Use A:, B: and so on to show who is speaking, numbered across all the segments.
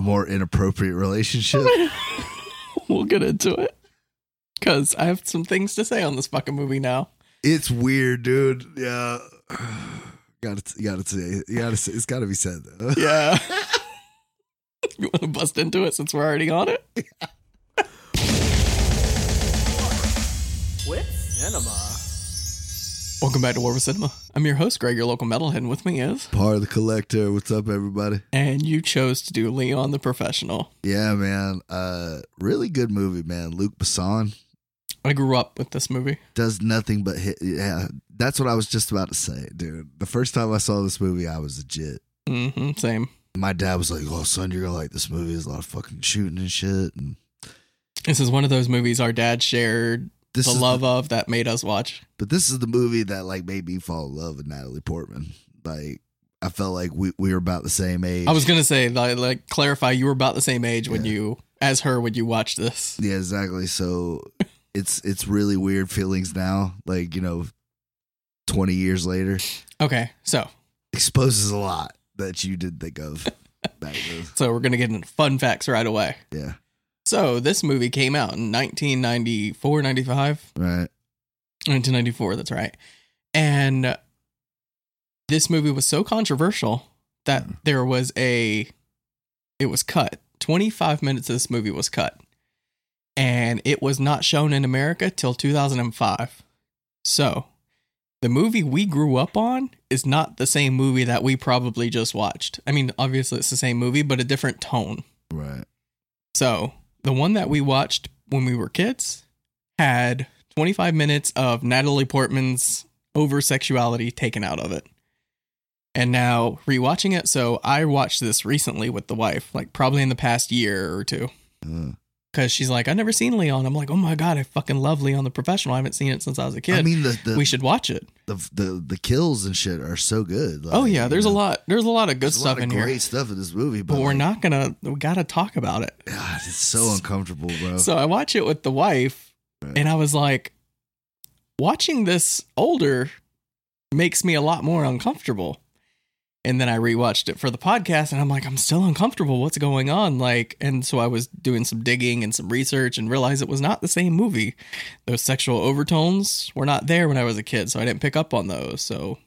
A: more inappropriate relationship.
B: we'll get into it because I have some things to say on this fucking movie now.
A: it's weird, dude. Yeah. Gotta, gotta say, you gotta say, it's gotta be said though.
B: Yeah. you want to bust into it since we're already on it?
C: With cinema.
B: Welcome back to War with Cinema. I'm your host, Greg, your local metalhead, and with me is.
A: Part of the collector. What's up, everybody?
B: And you chose to do Leon the Professional.
A: Yeah, man. Uh, really good movie, man. Luke Besson
B: I grew up with this movie.
A: does nothing but hit. Yeah, that's what I was just about to say, dude. The first time I saw this movie, I was legit.
B: hmm same.
A: My dad was like, "Oh, son, you're gonna like this movie. There's a lot of fucking shooting and shit." And
B: This is one of those movies our dad shared
A: this
B: the
A: is
B: love of that made us watch.
A: but this is the movie that like made me fall in love with Natalie Portman. Like, I felt like we we were about the same age.
B: I was gonna say, like, like clarify, you were about the same age when
A: Yeah.
B: you, as her, when you watched this.
A: Yeah, exactly. So it's it's really weird feelings now, like, you know, 20 years later.
B: Okay, so
A: Exposes a lot that you didn't think of back then.
B: so we're gonna get into fun facts right away.
A: Yeah.
B: So this movie came out in 1994, 95,
A: Right.
B: 1994. That's right. And this movie was so controversial that
A: Mhm.
B: there was a, it was cut. 25 minutes of this movie was cut, and it was not shown in America till 2005. So. The movie we grew up on is not the same movie that we probably just watched. I mean, obviously it's the same movie, but a different tone.
A: Right.
B: So the one that we watched when we were kids had 25 minutes of Natalie Portman's over sexuality taken out of it. And now rewatching it, so I watched this recently with the wife, like probably in the past year or two,
A: Uh,
B: because she's like, I've never seen Leon. I'm like, oh my god, I fucking love Leon the Professional. I haven't seen it since I was a kid.
A: I mean the the,
B: we should watch it.
A: the the the kills and shit are so good. Like,
B: oh yeah,
A: you
B: there's a
A: know,
B: lot. There's a lot of good
A: there's a lot
B: stuff
A: of
B: in
A: great
B: here,
A: stuff in this movie, but,
B: but we're
A: like,
B: not gonna. We gotta talk about it.
A: God, it's so uncomfortable, bro.
B: So I watch it with the wife,
A: Right.
B: and I was like, watching this older makes me a lot more uncomfortable. And then I rewatched it for the podcast, and I'm like, I'm still uncomfortable. What's going on? Like, and so I was doing some digging and some research and realized it was not the same movie. Those sexual overtones were not there when I was a kid, so I didn't pick up on those. So,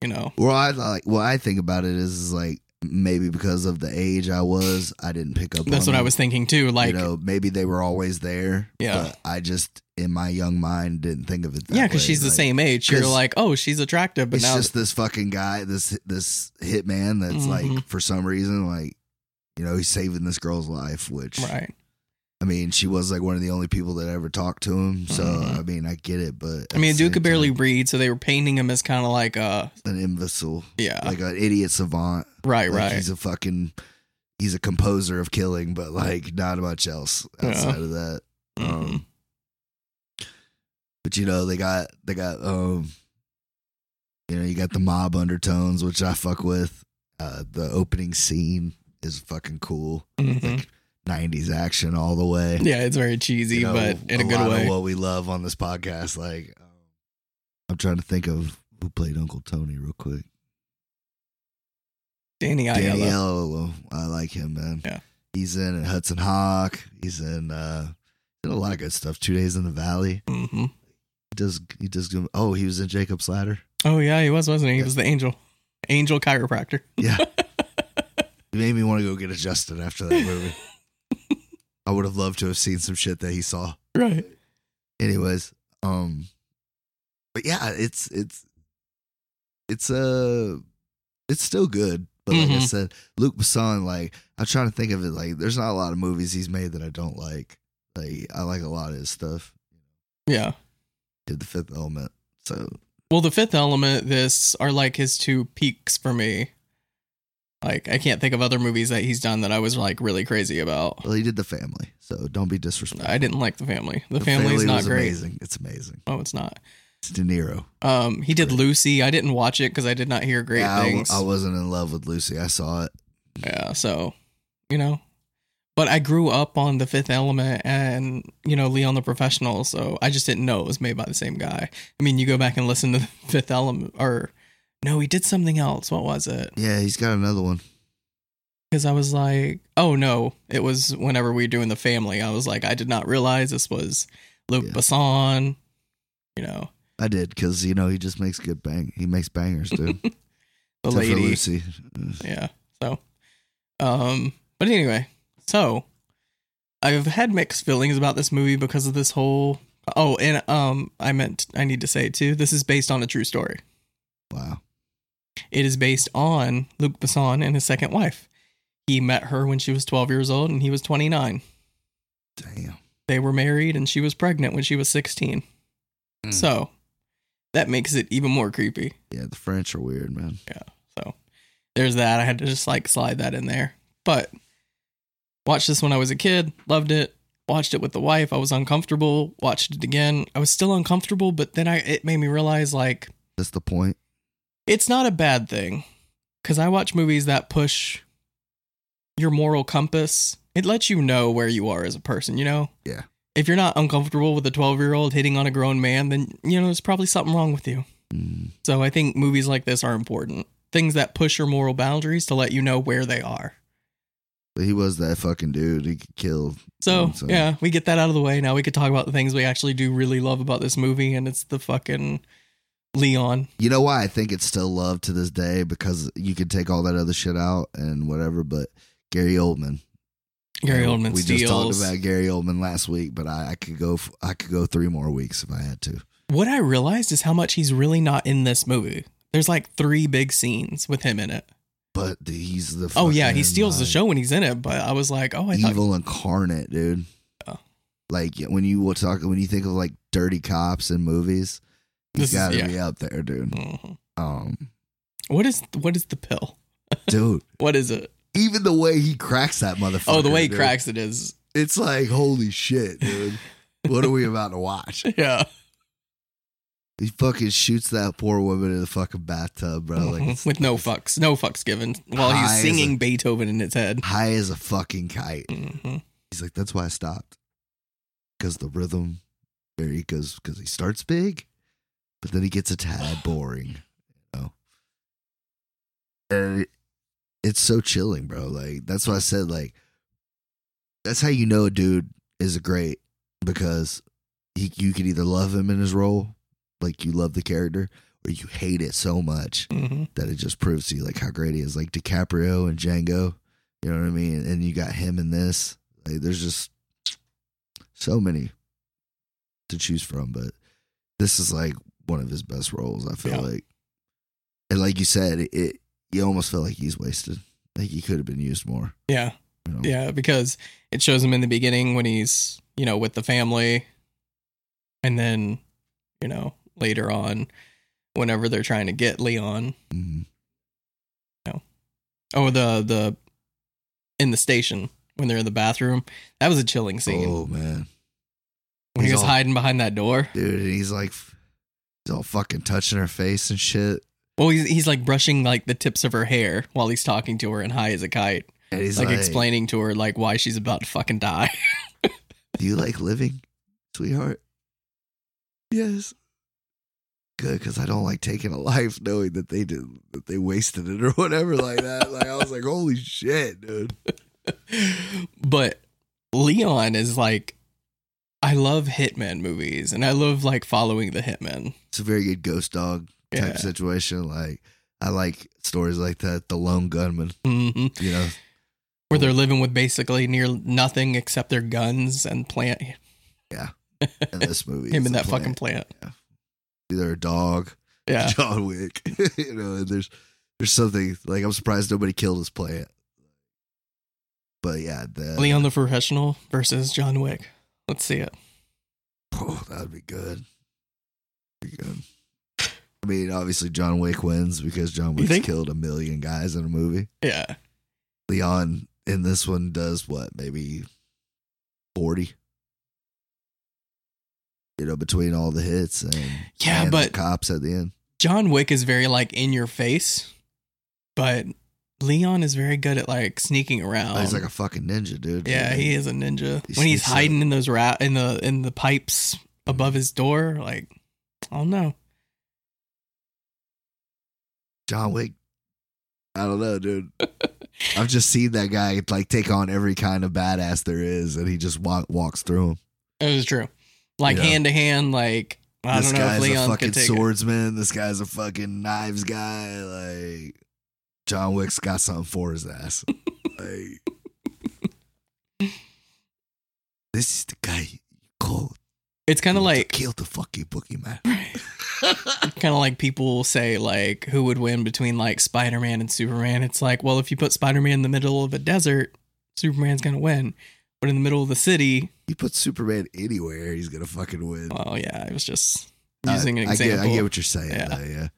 B: you know,
A: well, I like what I think about it is, is like maybe because of the age I was, I didn't pick up.
B: that's
A: on
B: what I
A: them.
B: was thinking too. Like,
A: you know, maybe they were always there.
B: Yeah.
A: But I just, in my young mind, didn't think of it that
B: yeah, because
A: way.
B: she's the
A: Like,
B: same age. You're
A: 'cause
B: like, oh, she's attractive, but
A: it's
B: now
A: just this fucking guy, this this hitman that's like,
B: Mhm.
A: for some reason, like, you know, he's saving this girl's life, which,
B: right.
A: I mean, she was like one of the only people that ever talked to him. So,
B: Mhm.
A: I mean, I get it, but. at
B: I mean,
A: the
B: dude
A: same
B: could barely
A: time,
B: read, so they were painting him as kind of like a
A: An imbecile,
B: yeah,
A: like an idiot savant.
B: right,
A: Like,
B: right.
A: He's a fucking. He's a composer of killing, but like not much else
B: Yeah.
A: outside of that.
B: Mhm.
A: Um, but you know they got they got um, you know you got the mob undertones, which I fuck with. Uh, the opening scene is fucking cool.
B: Mhm.
A: like, Nineties action all the way.
B: yeah, it's very cheesy,
A: You know,
B: but in a, good
A: lot of
B: way.
A: what we love on this podcast, like um, I'm trying to think of who played Uncle Tony real quick.
B: Danny
A: Danny
B: Aiello.
A: Aiello, I like him, man.
B: Yeah.
A: he's in Hudson Hawk. He's in uh, in a lot of good stuff. Two Days in the Valley.
B: hmm
A: He does he does? good- Oh, he was in Jacob's Ladder.
B: Oh yeah, he was, wasn't he? He
A: Yeah.
B: was the angel, angel chiropractor.
A: Yeah. it made me want to go get adjusted after that movie. I would have loved to have seen some shit that he saw.
B: Right.
A: Anyways, um but yeah, it's it's it's uh it's still good. But like I
B: Mhm.
A: said, Luke Besson, like I'm trying to think of it like there's not a lot of movies he's made that I don't like. Like I like a lot of his stuff.
B: Yeah.
A: Did the fifth element. So
B: Well, the Fifth Element, this are like his two peaks for me. Like I can't think of other movies that he's done that I was like really crazy about.
A: well he did the family. So don't be disrespectful.
B: I didn't like the family. The, family's not
A: was
B: great.
A: amazing. It's amazing.
B: Oh, it's not.
A: It's De Niro.
B: Um, he did
A: Great.
B: Lucy. I didn't watch it because I did not hear great
A: Yeah, I w-
B: things.
A: I, wasn't in love with Lucy. I saw it.
B: Yeah, so you know, but I grew up on The Fifth Element and you know Leon the Professional, so I just didn't know it was made by the same guy. I mean, you go back and listen to The Fifth Element, or no, he did something else. What was it?
A: Yeah, he's got another one.
B: because I was like, oh no, it was whenever we were doing the family. I was like, I did not realize this was Luke
A: Yeah.
B: Besson. You know,
A: I did because you know he just makes good bang. He makes bangers, dude.
B: the
A: Except for
B: lady.
A: Lucy.
B: Yeah. So, um, but anyway, so I've had mixed feelings about this movie because of this whole. Oh, and um, I meant I need to say too. This is based on a true story.
A: Wow.
B: It is based on Luke Besson and his second wife. He met her when she was 12 years old and he was 29.
A: Damn.
B: They were married and she was pregnant when she was 16.
C: Mm.
B: So that makes it even more creepy.
A: Yeah, the French are weird, man.
B: So there's that. I had to just like slide that in there. But watched this when I was a kid, loved it. Watched it with the wife. I was uncomfortable. Watched it again. I was still uncomfortable, but then I it made me realize like
A: That's the point.
B: it's not a bad thing because I watch movies that push your moral compass. It lets you know where you are as a person, you know?
A: Yeah.
B: If you're not uncomfortable with a 12 year old hitting on a grown man, then, you know, there's probably something wrong with you.
A: Mm,
B: So I think movies like this are important. Things that push your moral boundaries to let you know where they are.
A: but he was that fucking dude. He could kill.
B: So,
A: Mm, so-
B: yeah, we get that out of the way. Now we could talk about the things we actually do really love about this movie, and it's the fucking Leon.
A: You know why I think it's still loved to this day because you could take all that other shit out and whatever, but Gary Oldman.
B: Gary
A: You know,
B: Oldman
A: We
B: steals.
A: just talked about Gary Oldman last week, but I, I could go. f- I could go three more weeks if I had to.
B: What I realized is how much he's really not in this movie. There's like three big scenes with him in it.
A: But the, he's the.
B: Oh yeah, he
A: fucking,
B: steals the
A: like,
B: show when he's in it, but I was like, oh, I thought
A: evil incarnate, dude.
B: Oh.
A: Like when you will talk when you think of like dirty cops in movies,
B: This
A: he's
B: is-
A: got to
B: yeah.
A: be up there, dude.
B: Mhm.
A: Um,
B: What is what is the pill?
A: dude,
B: What is it?
A: even the way he cracks that motherfucker.
B: Oh, the way he
A: dude,
B: cracks it is
A: It's like holy shit, dude. what are we about to watch?
B: yeah.
A: He fucking shoots that poor woman in the fucking bathtub, bro. Like
B: Mhm.
A: it's
B: with no fucks, no fucks given, while
A: High
B: he's
A: as
B: singing
A: a-
B: Beethoven in his head.
A: high as a fucking kite.
B: hmm
A: He's like, that's why I stopped. Because the rhythm, there he goes, because he starts big, but then he gets a tad boring. You know? And it's so chilling, bro. Like, that's why I said, like, that's how you know a dude is great because he, you can either love him in his role, like you love the character, or you hate it so much
B: hmm
A: that it just proves to you like how great he is. Like DiCaprio and Django, you know what I mean? And you got him in this. Like there's just so many to choose from, but this is like one of his best roles, I feel
B: Yeah.
A: like. And like you said, it you almost feel like he's wasted. Like he could have been used more.
B: Yeah,
A: You know?
B: yeah, because it shows him in the beginning when he's you know with the family, and then you know later on, whenever they're trying to get Leon,
A: Mhm.
B: Oh, the the in the station when they're in the bathroom. That was a chilling scene
A: Oh man.
B: when he
A: he's
B: was
A: all-
B: hiding behind that door.
A: Dude, and he's like he's all fucking touching her face and shit.
B: Well, he's he's like brushing like the tips of her hair while he's talking to her and high as a kite,
A: And he's
B: like,
A: like,
B: explaining to her like why she's about to fucking die.
A: Do you like living, sweetheart? Yes. Good, because I don't like taking a life knowing that they did that they wasted it or whatever like that. like I was like, holy shit, dude.
B: but Leon is like, I love hitman movies and I love like following the hitman.
A: It's a very good ghost dog type
B: Yeah.
A: situation. Like I like stories like that. The lone gunman,
B: hmm
A: you know.
B: Where they're living with basically near nothing except their guns and plant him
A: In this movie,
B: in
A: it's a
B: that
A: plant.
B: fucking plant.
A: either a dog,
B: Yeah.
A: John Wick, you know. And there's there's something like I'm surprised nobody killed his plant. But yeah, the,
B: Leon the Professional versus John Wick. Let's see it.
A: Oh, that'd be good. Be good. I mean, obviously John Wick wins because John
B: You
A: Wick's
B: think?
A: killed a million guys in a movie.
B: Yeah.
A: Leon in this one does what, maybe forty. You know, between all the hits and
B: Yeah,
A: and the
B: but
A: cops at the end.
B: John Wick is very like in your face, but Leon is very good at like sneaking around.
A: he's like a fucking ninja, dude.
B: Um, yeah,
A: Like,
B: he is a ninja.
A: He
B: when he's
A: sneaks up.
B: hiding in those rat in the in the pipes above his door, like I don't know.
A: John Wick. I don't know, dude. I've just seen that guy like take on every kind of badass there is, and he just walk, walks through him.
B: It was true. Like
A: Yeah.
B: hand to hand, like I
A: this
B: don't know if
A: guy's
B: Leon
A: a fucking
B: could take
A: swordsman. This guy's a fucking knives guy. Like John Wick's got something for his ass. like this is the guy you called.
B: it. It's kind of
A: to
B: like
A: kill the fucking boogeyman.
B: kind of like people say like who would win between like spider-man and superman it's like well if you put spider-man in the middle of a desert superman's gonna win but in the middle of the city
A: You put Superman anywhere, he's gonna fucking win.
B: well yeah i was just
A: Uh,
B: using an
A: I get-
B: example
A: I get, what you're saying.
B: Yeah.
A: Though, yeah.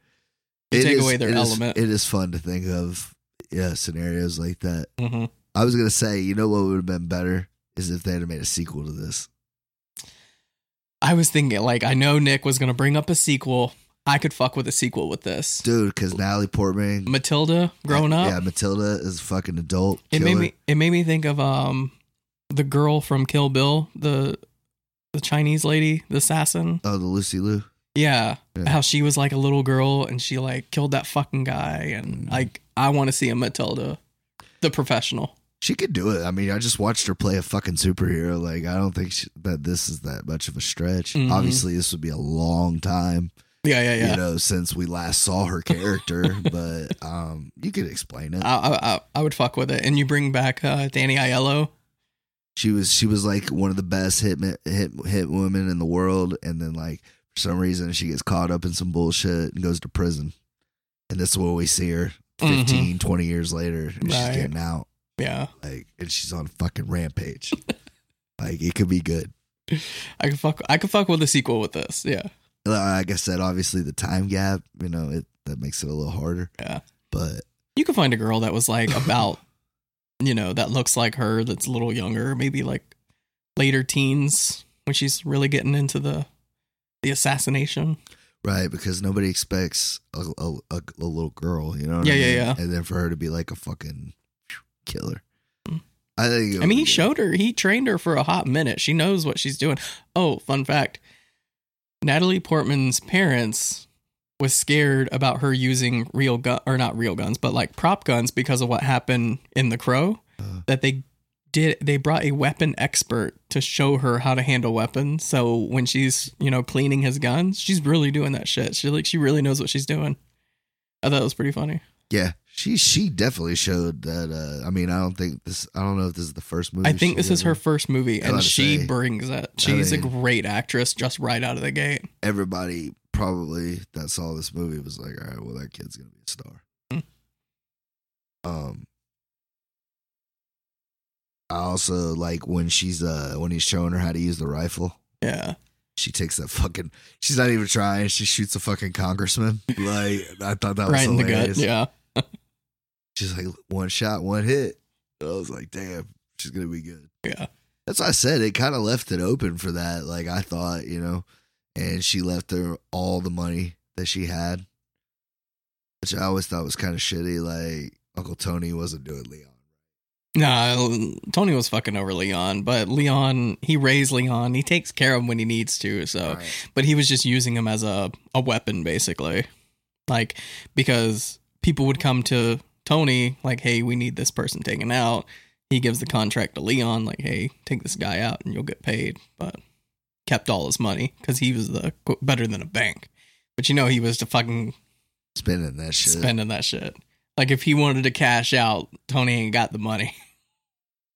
B: You
A: It
B: take
A: is-
B: away their
A: it is-
B: element.
A: it is fun to think of, yeah, scenarios like that.
B: Mhm.
A: I was gonna say, you know what would have been better is if they had made a sequel to this.
B: i was thinking like i know nick was gonna bring up a sequel i could fuck with a sequel with this
A: dude because natalie portman
B: matilda grown up
A: yeah matilda is a fucking adult
B: it made
A: killer.
B: me it made me think of um the girl from kill bill the the chinese lady the assassin
A: oh the lucy lou
B: Yeah,
A: Yeah.
B: how she was like a little girl and she like killed that fucking guy
A: Mm.
B: and like I want to see a Matilda, the professional.
A: she could do it i mean i just watched her play a fucking superhero like i don't think she, that this is that much of a stretch
B: Mhm.
A: obviously this would be a long time
B: Yeah, yeah, yeah.
A: you know since we last saw her character but um you could explain it
B: I, I I I would fuck with it. And you bring back uh, Danny Aiello.
A: she was she was like one of the best hit hit hit women in the world and then like for some reason she gets caught up in some bullshit and goes to prison and this is where we see her 15 20 years later and
B: Mm-hmm. Right.
A: she's getting out
B: Yeah,
A: like and she's on fucking rampage like it could be good
B: I could fuck I could fuck with a sequel with this. Yeah,
A: like i said obviously the time gap you know it that makes it a little harder
B: Yeah.
A: but
B: you could find a girl that was like about, you know, that looks like her, that's a little younger, maybe like later teens when she's really getting into the the assassination.
A: right because nobody expects a, a, a, a little girl you know what I
B: Yeah, yeah,
A: mean?
B: yeah.
A: and then for her to be like a fucking killer i think it
B: Hmm. I
A: would
B: mean, he
A: be good.
B: showed her. He trained her for a hot minute. She knows what she's doing. Oh, fun fact: Natalie Portman's parents was scared about her using real gun or not real guns, but like prop guns because of what happened in The Crow.
A: Uh.
B: That they did. They brought a weapon expert to show her how to handle weapons. So when she's you know cleaning his guns, she's really doing that shit. She like she really knows what she's doing. I thought it was pretty funny.
A: yeah she she definitely showed that uh i mean i don't think this i don't know if this is the first movie
B: I think
A: she's
B: this is
A: ever-
B: her first movie,
A: I was about
B: and
A: to
B: she
A: say,
B: brings it. She's a
A: mean-
B: great actress just right out of the gate.
A: everybody probably that saw this movie was like, all right, well, that kid's gonna be a star.
B: Mm.
A: Um, I also like when she's uh when he's showing her how to use the rifle.
B: Yeah.
A: She takes that fucking. She's not even trying. She shoots a fucking congressman. Like I thought that was
B: right in the
A: hilarious.
B: gut. Yeah.
A: She's like one shot, one hit. And I was like, damn, she's gonna be good.
B: Yeah.
A: That's what I said. It kind of left it open for that. Like I thought, you know, and she left her all the money that she had, which I always thought was kind of shitty. Like Uncle Tony wasn't doing Leon.
B: Nah, Tony was fucking over Leon, but Leon, he raised Leon. He takes care of him when he needs to. So,
A: Right.
B: but he was just using him as a, a weapon, basically. Like, because people would come to Tony, like, hey, we need this person taken out. He gives the contract to Leon, like, hey, take this guy out and you'll get paid. But kept all his money because he was the better than a bank. But you know, he was the fucking
A: Spending that shit.
B: spending that shit. Like if he wanted to cash out, Tony ain't got the money.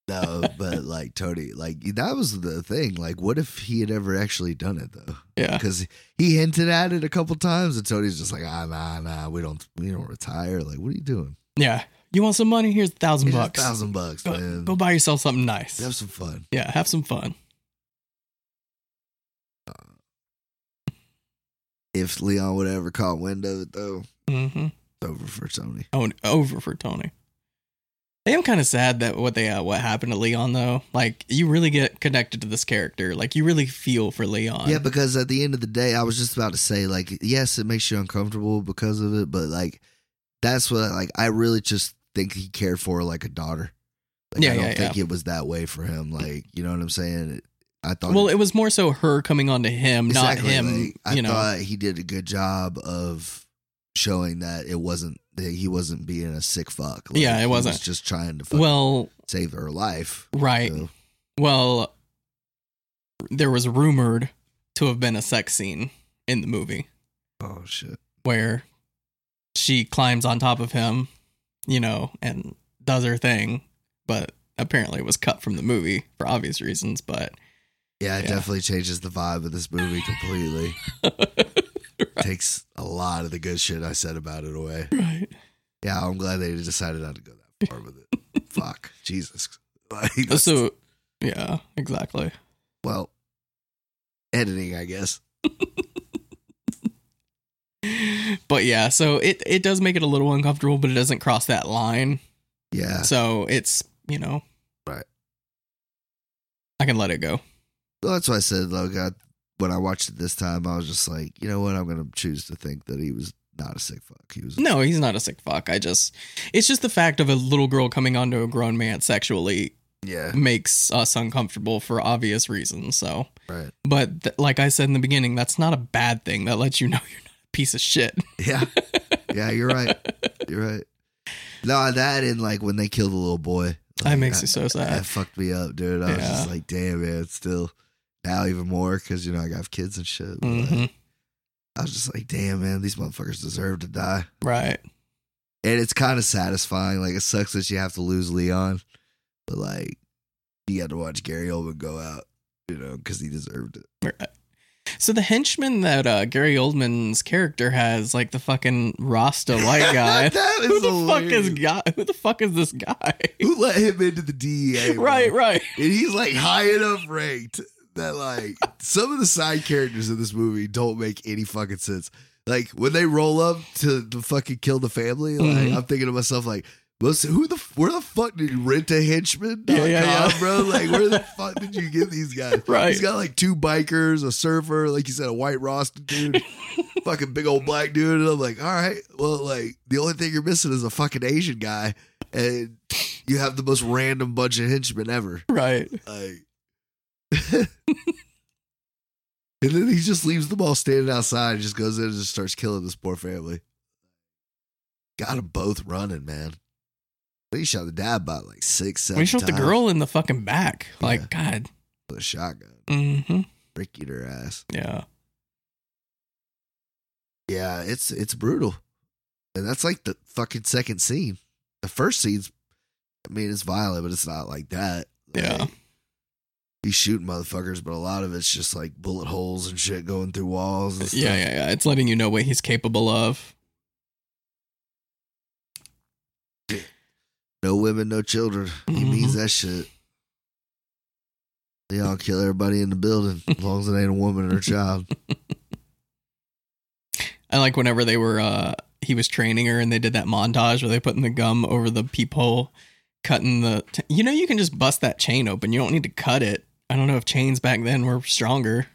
A: No, but like Tony, like that was the thing. Like, what if he had ever actually done it though?
B: Yeah.
A: Because he hinted at it a couple times, and Tony's just like, ah, nah, nah, we don't, we don't retire. Like, what are you doing?
B: Yeah. You want some money? Here's a thousand
A: Here's a
B: bucks.
A: thousand bucks,
B: Go,
A: man.
B: go buy yourself something nice.
A: Have some fun.
B: Yeah, have some fun.
A: If Leon would have ever caught wind of it, though,
B: Mm-hmm.
A: it's over for Tony.
B: Oh, over for Tony. I am kind of sad that what they uh, what happened to Leon though. Like you really get connected to this character. Like you really feel for Leon.
A: Yeah, because at the end of the day, I was just about to say, like, yes, it makes you uncomfortable because of it, but like, that's what, like, I really just think he cared for her like a daughter. Like,
B: Yeah,
A: I don't
B: yeah,
A: think it was that way for him. Like, you know what I'm saying? I thought.
B: well, it was more so her coming on to him, not
A: Exactly,
B: him.
A: like, I
B: you know.
A: thought he did a good job of showing that it wasn't that he wasn't being a sick fuck.
B: Yeah, it
A: he
B: wasn't.
A: Was just trying to fucking
B: Well,
A: save her life.
B: right.
A: So,
B: Well, there was rumored to have been a sex scene in the movie
A: oh shit.
B: where she climbs on top of him, you know, and does her thing, but apparently it was cut from the movie for obvious reasons, but
A: Yeah, it
B: Yeah.
A: definitely changes the vibe of this movie completely. Takes a lot of the good shit I said about it away.
B: right.
A: Yeah, I'm glad they decided not to go that far with it. Fuck, Jesus. Like, that's-
B: So yeah, exactly.
A: well, editing, I guess.
B: But yeah, so it it does make it a little uncomfortable, but it doesn't cross that line.
A: Yeah,
B: So it's, you know,
A: Right.
B: I can let it go.
A: Well, that's why I said, like, I, when I watched it this time, I was just like, you know what? I'm gonna choose to think that he was not a sick fuck. He was
B: No, he's not a sick fuck. I just, it's just the fact of a little girl coming onto a grown man sexually
A: Yeah,
B: makes us uncomfortable for obvious reasons. So,
A: right.
B: but th- like I said in the beginning, that's not a bad thing. That lets you know you're not a piece of shit.
A: Yeah, yeah. You're right. You're right. No, that and like when they killed the little boy,
B: That makes you
A: it
B: so sad.
A: That fucked me up, dude. I was just
B: Yeah.
A: like, damn, man. It's still now even more because you know I got kids and shit. But, like,
B: hmm
A: I was just like, damn, man. These motherfuckers deserve to die.
B: Right.
A: and it's kind of satisfying. Like it sucks that you have to lose Leon, but like you got to watch Gary Oldman go out, you know, because he deserved it.
B: Right. So the henchman that uh, Gary Oldman's character has, like the fucking Rasta white guy.
A: that is
B: who the
A: hilarious.
B: fuck is guy? Who the fuck is this guy?
A: Who let him into the DEA? bro?
B: right. Right.
A: and he's like high enough ranked that like some of the side characters in this movie don't make any fucking sense. Like when they roll up to the fucking kill the family, like
B: Mhm.
A: I'm thinking to myself like. "Most- Who the where the fuck did you rent a henchman?
B: Yeah, yeah, yeah.
A: bro. Like where the fuck did you get these guys?
B: Right.
A: He's got like two bikers, a surfer, like you said, a white roster dude, fucking big old black dude. And I'm like, all right, well, like the only thing you're missing is a fucking Asian guy, and you have the most random bunch of henchmen ever.
B: Right.
A: Like, and then he just leaves them all standing outside and just goes in and just starts killing this poor family. Got them both running, man. He shot the dad by like six, seven.
B: We shot the
A: times
B: girl in the fucking back. Like God.
A: with a shotgun,
B: Mm-hmm.
A: breaking her ass.
B: Yeah.
A: Yeah, it's it's brutal, and that's like the fucking second scene. The first scene's, I mean, it's violent, but it's not like that.
B: Yeah.
A: Like, he's shooting motherfuckers, but a lot of it's just like bullet holes and shit going through walls. And stuff.
B: Yeah, yeah, yeah. It's letting you know what he's capable of.
A: No women, no children. He
B: Mhm.
A: means that shit. They all kill everybody in the building as long as it ain't a woman and her child.
B: I like whenever they were uh he was training her and they did that montage where they putting the gum over the peephole, cutting the t- you know, you can just bust that chain open. You don't need to cut it. I don't know if chains back then were stronger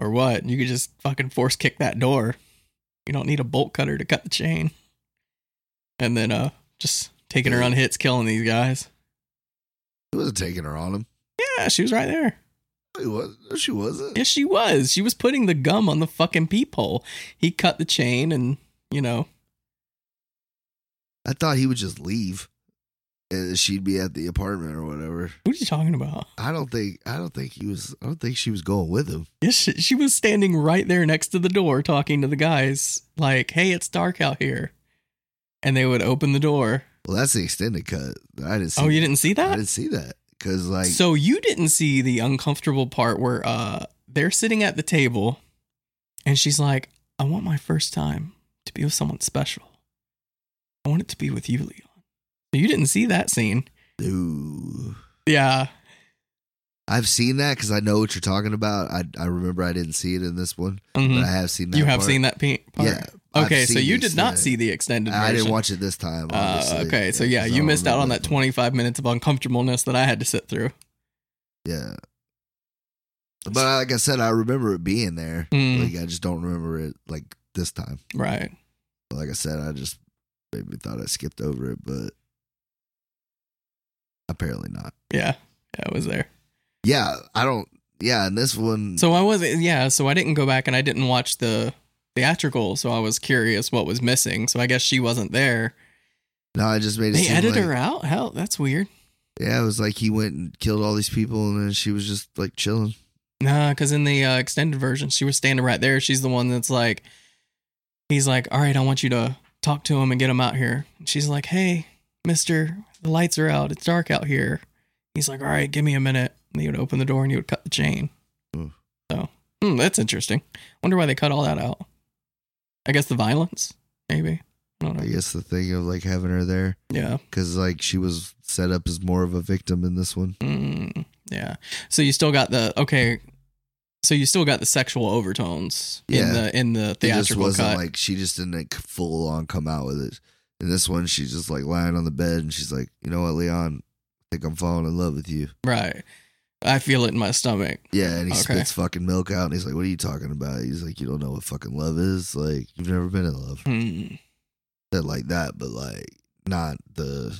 B: or what. You could just fucking force kick that door. You don't need a bolt cutter to cut the chain. And then uh just taking her on hits, killing these guys.
A: He wasn't taking her on him.
B: Yeah, she was right there.
A: He was No, she wasn't.
B: Yes, she was. She was putting the gum on the fucking peephole. He cut the chain and, you know,
A: I thought he would just leave, and she'd be at the apartment or whatever.
B: what are you talking about?
A: I don't think. I don't think he was. I don't think she was going with him.
B: Yes, she, she was standing right there next to the door talking to the guys, like, hey, it's dark out here. And they would open the door.
A: Well, that's the extended cut. I didn't. See
B: Oh, you
A: that.
B: didn't see
A: I
B: that?
A: didn't see that because like
B: So you didn't see the uncomfortable part where uh they're sitting at the table and she's like, I want my first time to be with someone special. I want it to be with you, Leon. You didn't see that scene.
A: ooh.
B: Yeah.
A: I've seen that because I know what you're talking about. I I remember I didn't see it in this one,
B: Mhm.
A: but I have seen that.
B: You have
A: part.
B: seen that pe- part?
A: Yeah. I've
B: Okay,
A: seen
B: so you
A: the
B: did not
A: extended-
B: see the extended version.
A: I didn't watch it this time.
B: Uh,
A: obviously.
B: okay, so yeah,
A: 'cause I
B: you
A: don't
B: missed out on
A: remember
B: that 25 minutes of uncomfortableness that I had to sit through.
A: Yeah. But like I said, I remember it being there.
B: Mm.
A: Like I just don't remember it like this time.
B: Right.
A: But like I said, I just maybe thought I skipped over it, but apparently not.
B: Yeah. Yeah, I was there.
A: Yeah, I don't. Yeah, and this one.
B: So I was yeah, so I didn't go back and I didn't watch the theatrical, so I was curious what was missing. So I guess she wasn't there.
A: No, I just made it
B: They
A: seem
B: edit
A: like,
B: her out. Hell, that's weird.
A: Yeah, it was like he went and killed all these people, and then she was just like chilling.
B: Nah, because in the uh, extended version, she was standing right there. She's the one that's like, he's like, all right, I want you to talk to him and get him out here. And she's like, hey, mister, the lights are out. It's dark out here. He's like, all right, give me a minute. And he would open the door and he would cut the chain.
A: Oof.
B: So, hmm, that's interesting. Wonder why they cut all that out. I guess the violence, maybe. I don't
A: I
B: know.
A: guess the thing of like having her there
B: Yeah.
A: because like she was set up as more of a victim in this one.
B: Mm, yeah. So you still got the okay. So you still got the sexual overtones
A: Yeah.
B: in the in the
A: It just
B: theatrical
A: wasn't
B: cut.
A: like she just didn't like, full on come out with it. In this one, she's just like lying on the bed and she's like, you know what, Leon, I think I'm falling in love with you.
B: Right. I feel it in my stomach.
A: Yeah, and he
B: Okay.
A: spits fucking milk out, and he's like, "What are you talking about?" He's like, "You don't know what fucking love is. Like, you've never been in love."
B: Hmm.
A: Said like that, but like not the.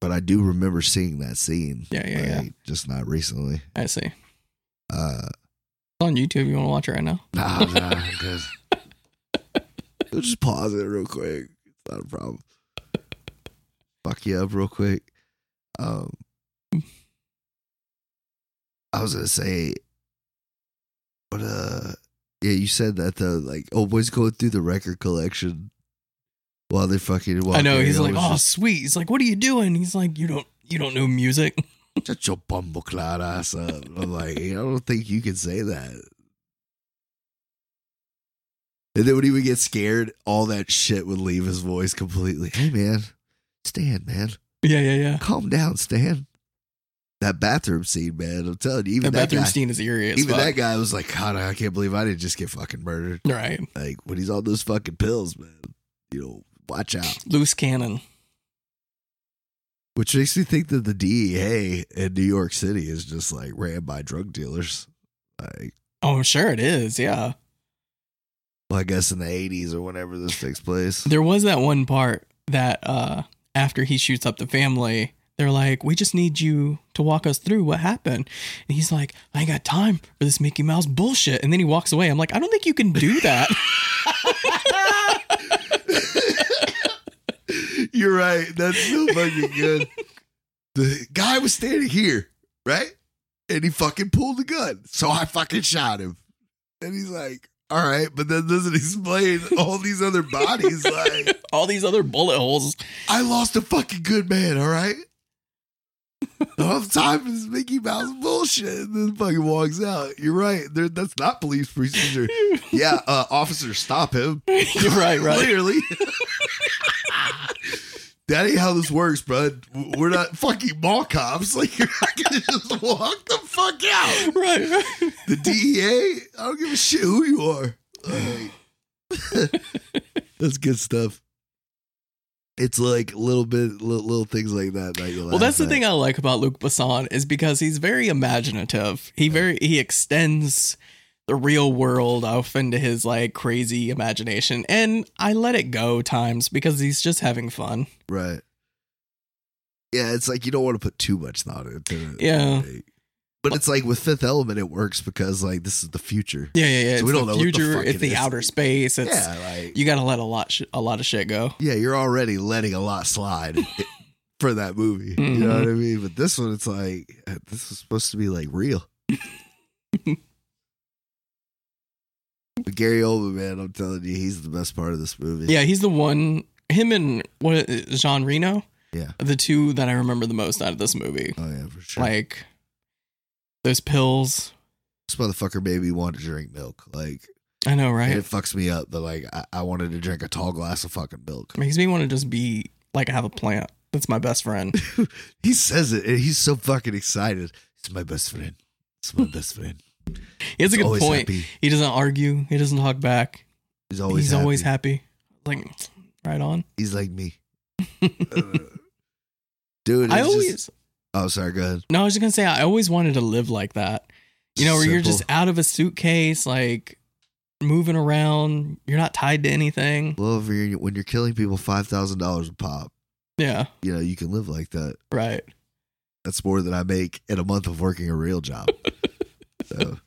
A: But I do remember seeing that scene.
B: Yeah, yeah, yeah.
A: like, Just not recently.
B: I see. It's
A: Uh,
B: on YouTube. You want to watch it right now?
A: nah, nah, I'm good. We'll just pause it real quick. It's not a problem. Fuck you up real quick. Um, I was gonna say, but uh, yeah, you said that the like old boy's going throrough the record collection while they're fucking. Walking,
B: I know. He's
A: and
B: like,
A: was
B: oh,
A: just,
B: sweet. He's like, what are you doing? He's like, you don't, you don't know music.
A: shut your bumbleclad ass up. I'm like, I don't think you can say that. And then when he would get scared, all that shit would leave his voice completely. Hey man, Stan, man,
B: yeah, yeah, yeah.
A: calm down, Stan. That bathroom scene, man. I'm telling you, even
B: That
A: that,
B: bathroom
A: guy,
B: scene is eerie. As
A: even
B: fuck.
A: that guy was like, God, I can't believe I didn't just get fucking murdered.
B: Right.
A: Like when he's on those fucking pills, man. You know, watch out.
B: Loose cannon.
A: Which makes me think that the DEA in New York City is just like ran by drug dealers. Like,
B: Oh, I'm sure it is. Yeah.
A: well, I guess in the 80s or whenever this takes place.
B: There was that one part that uh after he shoots up the family, they're like, "We just need you to walk us through what happened." And he's like, "I ain't got time for this Mickey Mouse bullshit." And then he walks away. I'm like, "I don't think you can do that."
A: You're right. That's so fucking good. The guy was standing here, right? And he fucking pulled the gun. So I fucking shot him. And he's like, all right, but that doesn't explain all these other bodies. Like,
B: All these other bullet holes.
A: I lost a fucking good man, all right? The whole time is Mickey Mouse bullshit. And then fucking walks out. You're right. There, that's not police procedure. Yeah, uh, officer, stop him.
B: You're right, right.
A: Clearly. that ain't how this works, bud. We're not fucking mall cops. Like, you're not going to just walk the fuck out.
B: Right, right.
A: The DEA, I don't give a shit who you are. Like, that's good stuff. It's like little bit, little, little things like that. that you
B: Well, that's the thing I like about Luc Besson is because he's very imaginative. He very he extends the real world off into his like crazy imagination, and I let it go times because he's just having fun.
A: Right. Yeah, it's like you don't want to put too much thought into it.
B: Yeah.
A: Like, but it's like with Fifth Element, it works because like this is the future.
B: Yeah, yeah, yeah. It's
A: So we don't
B: the
A: know what the
B: future.
A: fuck
B: it's
A: it
B: the
A: is.
B: outer space. It's
A: yeah, like
B: you got to let a lot sh- a lot of shit go.
A: yeah, you're already letting a lot slide for that movie. You know what
B: Mm-hmm.
A: I mean? But this one, it's like this is supposed to be like real. but Gary Oldman, man, I'm telling you, he's the best part of this movie.
B: Yeah, he's the one. Him and what Jean Reno.
A: Yeah.
B: the two that I remember the most out of this movie.
A: Oh yeah, for sure.
B: Like those pills.
A: this motherfucker made me want to drink milk. Like
B: I know, right?
A: and it fucks me up, but like I, I wanted to drink a tall glass of fucking milk.
B: Makes me want to just be like have a plant. That's my best friend.
A: He says it, and he's so fucking excited. He's my best friend. He's my best friend.
B: He has
A: He's
B: a good
A: always
B: point.
A: Happy.
B: He doesn't argue. He doesn't talk back.
A: He's always
B: he's
A: happy.
B: always happy. Like right on.
A: He's like me. Dude, it's
B: I
A: just-
B: always
A: Oh, sorry. Go ahead.
B: no. I was just gonna say I always wanted to live like that. you know, where you're just
A: Simple.
B: out of a suitcase, like moving around. You're not tied to anything.
A: well, if you're, when you're killing people five thousand dollars a pop,
B: Yeah,
A: you know you can live like that.
B: right.
A: That's more than I make in a month of working a real job. so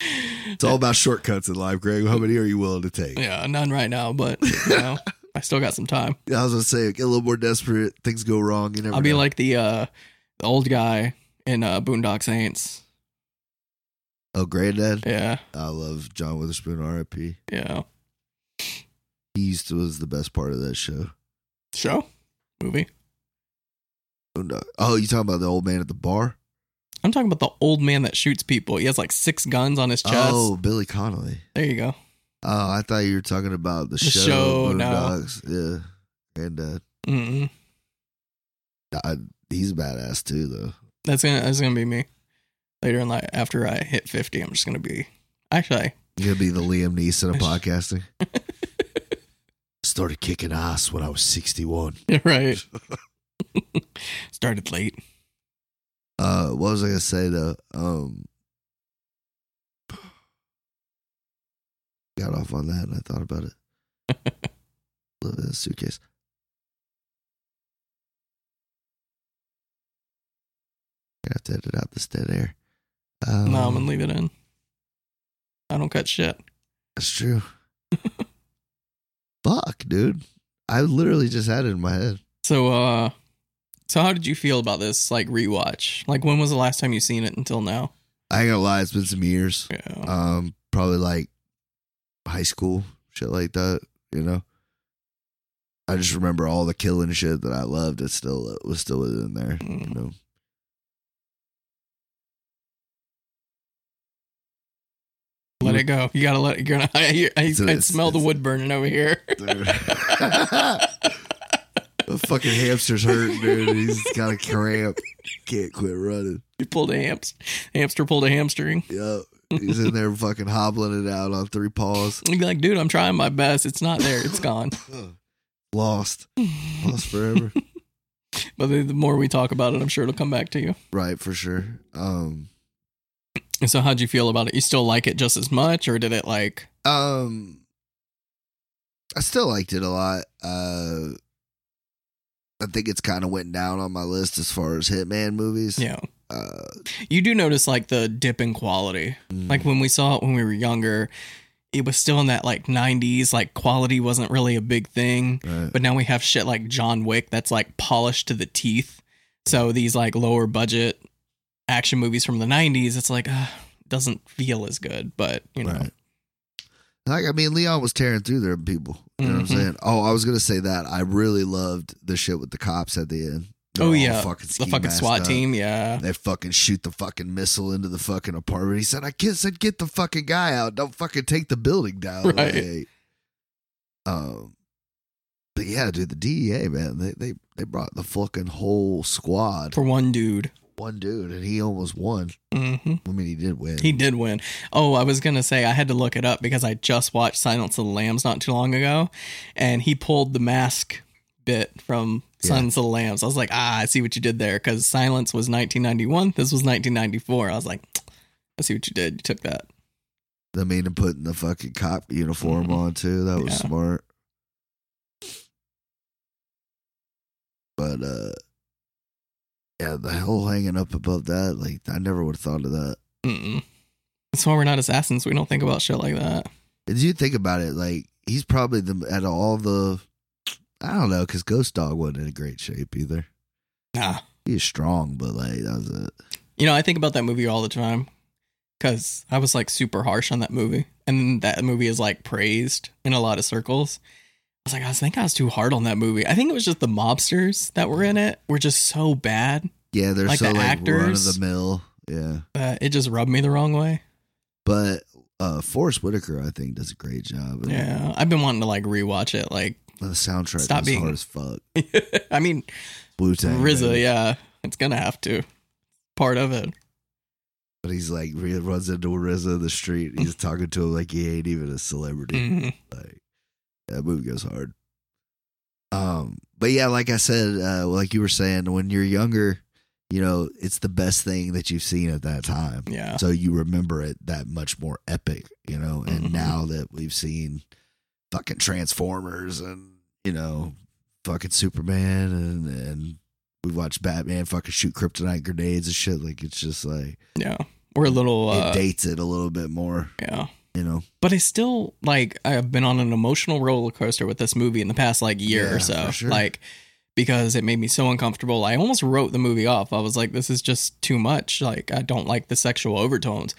A: It's all about shortcuts in life, Greg. How many are you willing to take?
B: Yeah, none right now, but you know, I still got some time.
A: I was gonna say, get a little more desperate. Things go wrong. You never
B: I'll be
A: know.
B: like the uh the old guy in uh Boondock Saints.
A: oh, granddad.
B: Yeah,
A: I love John Witherspoon. R.I.P.
B: yeah.
A: He used to was the best part of that show.
B: Show? Movie.
A: Oh, no. oh you talking about the old man at the bar?
B: I'm talking about the old man that shoots people. He has like six guns on his chest.
A: Oh, Billy Connolly.
B: There you go.
A: Oh, I thought you were talking about the, show.
B: show, no.
A: Boondocks. Yeah, granddad.
B: Mm-mm.
A: I, he's badass too, though.
B: That's gonna that's gonna be me later in life. After I hit fifty, I'm just gonna be actually.
A: You're gonna be the Liam Neeson of podcasting. Started kicking ass when I was 61.
B: You're right. Started late.
A: Uh, what was I gonna say though? Um, got off on that, and I thought about it. Live in a suitcase. I have to edit out this dead air. Um,
B: no, I'm gonna leave it in. I don't cut shit.
A: That's true. Fuck, dude. I literally just had it in my head.
B: So uh so how did you feel about this like rewatch? Like when was the last time you seen it until now?
A: I ain't gonna lie, it's been some years.
B: Yeah.
A: um probably like high school shit like that you know i just remember all the killing shit that i loved it still it was still in there you
B: Mm.
A: know
B: let it go. You gotta let it go. I hear, I,
A: It's-
B: I
A: it's-
B: smell the
A: it's-
B: wood burning over here.
A: Dude. the fucking hamster's hurting dude he's got a cramp can't quit running
B: You pulled a hamster. Hamster pulled a hamstring.
A: yep he's in there fucking hobbling it out on three paws
B: You'd be like, dude, I'm trying my best. It's not there. It's gone.
A: lost lost forever
B: but the, the more we talk about it, I'm sure it'll come back to you.
A: right for sure um
B: And so, how'd you feel about it? You still like it just as much, or did it like?
A: Um, I still liked it a lot. Uh, I think it's kind of went down on my list as far as Hitman movies.
B: Yeah,
A: Uh,
B: you do notice like the dip in quality.
A: Hmm.
B: Like when we saw it when we were younger, it was still in that like '90s. Like quality wasn't really a big thing,
A: right.
B: but now we have shit like John Wick that's like polished to the teeth. So these like lower budget action movies from the '90s, it's like uh, doesn't feel as good. But you know,
A: Right. like I mean, Leon was tearing through their people. You know what
B: Mhm.
A: I'm saying? Oh, I was gonna say that. I really loved the shit with the cops at the end. They're
B: Oh,
A: all
B: yeah.
A: fucking
B: the
A: ski
B: fucking
A: masked
B: SWAT
A: up.
B: team, yeah.
A: They fucking shoot the fucking missile into the fucking apartment. He said, "I can't said get the fucking guy out. Don't fucking take the building down."
B: Right.
A: Like, um. But yeah, dude, the DEA man, they they they brought the fucking whole squad,
B: for one dude.
A: one dude, and he almost won.
B: hmm
A: I mean, he did win.
B: He did win. Oh, I was gonna say I had to look it up because I just watched Silence of the Lambs not too long ago, and he pulled the mask bit from
A: Yeah.
B: Silence of the Lambs. I was like, ah, I see what you did there because Silence was 1991. This was 1994. I was like, I see what you did. You took that.
A: I mean, and putting the fucking cop uniform
B: Mhm.
A: on too. That was
B: Yeah.
A: smart. But uh, yeah, the hell hanging up above that, like I never would have thought of that.
B: Mm-mm. That's why we're not assassins. We don't think about shit like that.
A: Did you think about it? Like he's probably the out of all the, I don't know, because Ghost Dog wasn't in great shape either.
B: Nah.
A: He's strong, but like that was it.
B: You know, I think about that movie all the time because I was like super harsh on that movie, and that movie is like praised in a lot of circles. I was like, I was think I was too hard on that movie. I think it was just the mobsters that were in it were just so bad
A: Yeah, they're
B: Like
A: so
B: the
A: like run of
B: actors?
A: the mill. Yeah,
B: that it just rubbed me the wrong way.
A: but uh Forrest Whitaker, I think, does a great job. And
B: Yeah, I've been wanting to like rewatch it. Like,
A: the soundtrack
B: Stop
A: is
B: being-
A: hard as fuck.
B: I mean,
A: Wu Tang
B: RZA, yeah, it's gonna have to part of it.
A: But he's like re- runs into RZA in the street. He's talking to him like he ain't even a celebrity.
B: Mhm.
A: Like that movie goes hard. Um, but yeah, like I said, uh, like you were saying, when you're younger, you know, it's the best thing that you've seen at that time.
B: Yeah,
A: So you remember it that much more epic, you know. And
B: Mhm.
A: now that we've seen fucking Transformers and you know, fucking Superman and and we watched Batman fucking shoot kryptonite grenades and shit. Like it's just like
B: yeah. We're a little uh,
A: it dates it a little bit more,
B: yeah.
A: you know.
B: But I still like I've been on an emotional roller coaster with this movie in the past like year
A: Yeah,
B: or so.
A: for sure.
B: Like because it made me so uncomfortable. I almost wrote the movie off. I was like this is just too much. Like I don't like the sexual overtones.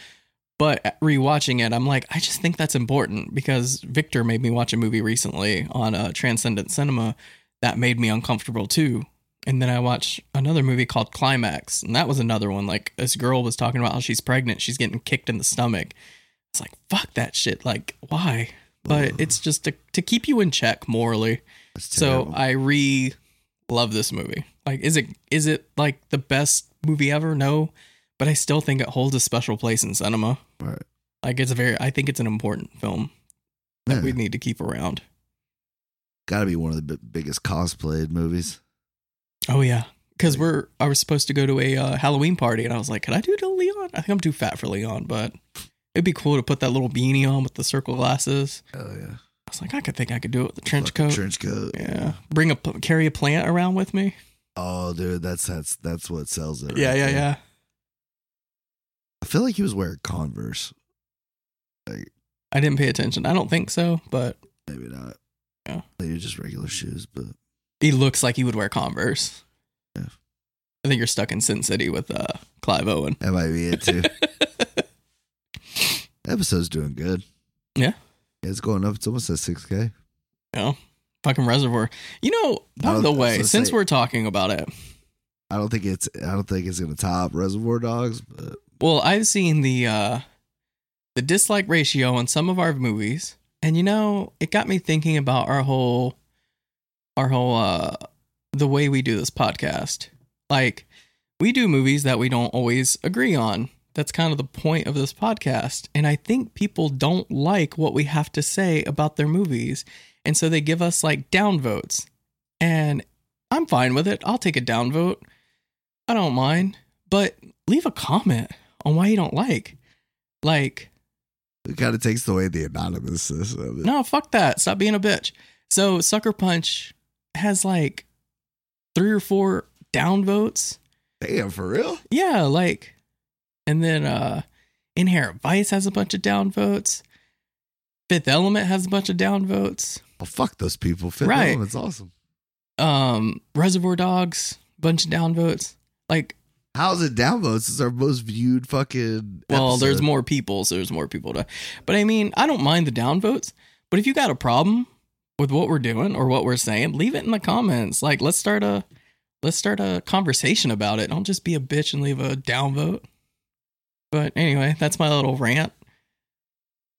B: But uh, rewatching it, I'm like I just think that's important because Victor made me watch a movie recently on uh, Transcendent Cinema that made me uncomfortable too. And then I watched another movie called Climax, and that was another one. Like this girl was talking about how she's pregnant, she's getting kicked in the stomach. It's like fuck that shit. Like why? But
A: Ugh,
B: it's just to to keep you in check morally.
A: that's
B: So
A: terrible.
B: I re love this movie. Like is it is it like the best movie ever? No, but I still think it holds a special place in cinema.
A: Right.
B: Like it's a very I think it's an important film that
A: Yeah.
B: we need to keep around.
A: Got to be one of the b- biggest cosplayed movies.
B: Oh yeah, because
A: Like-
B: we're I was supposed to go to a uh, Halloween party, and I was like, "Could I do it on Leon? I think I'm too fat for Leon, but it'd be cool to put that little beanie on with the circle glasses."
A: Oh yeah,
B: I was like, "I could think I could do it with the trench
A: Fucking
B: coat."
A: Trench coat.
B: yeah, bring a pl- carry a plant around with me.
A: Oh dude, that's that's that's what sells it.
B: yeah,
A: right
B: yeah,
A: there.
B: yeah.
A: I feel like he was wearing Converse. Like
B: I didn't pay attention. I don't think so, but
A: maybe not.
B: Yeah.
A: Maybe just regular shoes, but
B: he looks like he would wear Converse.
A: Yeah.
B: I think you're stuck in Sin City with uh, Clive Owen.
A: that might be it too. Episode's doing good.
B: Yeah.
A: It's going up. It's almost at six K.
B: Fucking Reservoir. You know,
A: I
B: by
A: was- I
B: the
A: was
B: way,
A: gonna
B: since
A: say-
B: we're talking about it,
A: I don't think it's I don't think it's gonna top Reservoir Dogs, but
B: Well, I've seen the uh the dislike ratio on some of our movies, and you know, it got me thinking about our whole our whole uh the way we do this podcast. Like we do movies that we don't always agree on. That's kind of the point of this podcast. And I think people don't like what we have to say about their movies. And so they give us like downvotes. And I'm fine with it. I'll take a downvote. I don't mind. But leave a comment on why you don't like. Like,
A: it kind of takes away the anonymousness of it.
B: no, fuck that. Stop being a bitch. So Sucker Punch has like three or four downvotes.
A: Damn, for real?
B: Yeah, like and then uh Inherent Vice has a bunch of downvotes. Fifth Element has a bunch of downvotes.
A: Well, Oh, fuck those people. Fit
B: Right.
A: It's awesome.
B: Um Reservoir Dogs, bunch of downvotes. Like,
A: How's it downvotes? It's our most viewed fucking.
B: well, there's
A: episode.
B: more people, so there's more people to but I mean, I don't mind the downvotes, but if you got a problem with what we're doing or what we're saying, leave it in the comments. Like let's start a let's start a conversation about it. Don't just be a bitch and leave a downvote. But anyway, that's my little rant.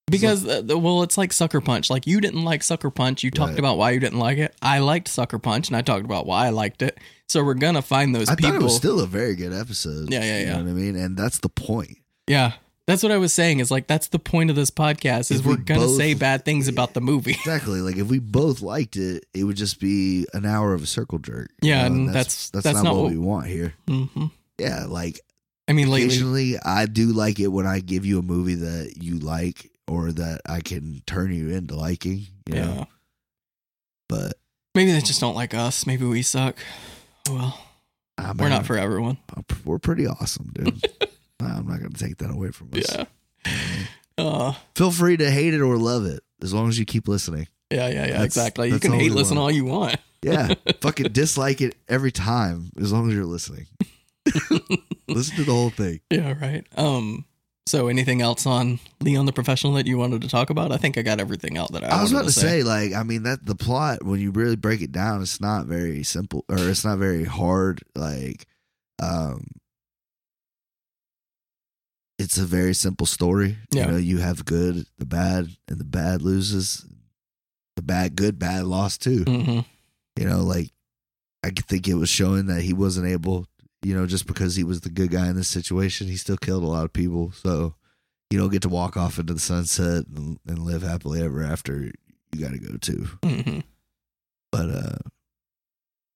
B: Because uh, the- well, it's like Sucker Punch. Like you didn't like Sucker Punch. You talked
A: Right.
B: about why you didn't like it. I liked Sucker Punch, and I talked about why I liked it. So we're gonna find those
A: I
B: people.
A: thought it was still a very good episode.
B: Yeah, yeah,
A: You
B: yeah.
A: know what I mean? And that's the point.
B: yeah, that's what I was saying. Is like that's the point of this podcast. Is
A: If
B: we're
A: we
B: gonna
A: both-
B: say bad things about the movie.
A: Exactly. Like if we both liked it, it would just be an hour of a circle jerk. you
B: Yeah,
A: know?
B: and that's- that's not
A: what
B: what-
A: we want here.
B: hmm
A: Yeah, like
B: I mean, lately,
A: occasionally I do like it when I give you a movie that you like or that I can turn you into liking. You
B: yeah.
A: know? But
B: Maybe they just don't like us. Maybe we suck. Well,
A: I
B: we're not
A: mean,
B: for everyone.
A: We're pretty awesome, dude. I'm not going to take that away from us.
B: Yeah. Uh,
A: Feel free to hate it or love it as long as you keep listening.
B: yeah, yeah, yeah.
A: That's-
B: exactly. You
A: that's
B: can
A: all
B: hate
A: we
B: listen
A: want.
B: all you want.
A: Yeah. Fucking dislike it every time as long as you're listening. Listen to the whole thing.
B: Yeah, right. Um. So, anything else on Leon the Professional that you wanted to talk about? I think I got everything out that I,
A: I was about
B: wanted
A: to say, like, I mean, that the plot when you really break it down, it's not very simple or it's not very hard. Like, um, it's a very simple story.
B: Yeah.
A: You know, you have good, the bad, and the bad loses. The bad, good, bad lost too.
B: Mhm.
A: You know, like, I think it was showing that he wasn't able. You know, just because he was the good guy in this situation, he still killed a lot of people. So, you don't get to walk off into the sunset and, and live happily ever after. You got to go too
B: Mhm.
A: but uh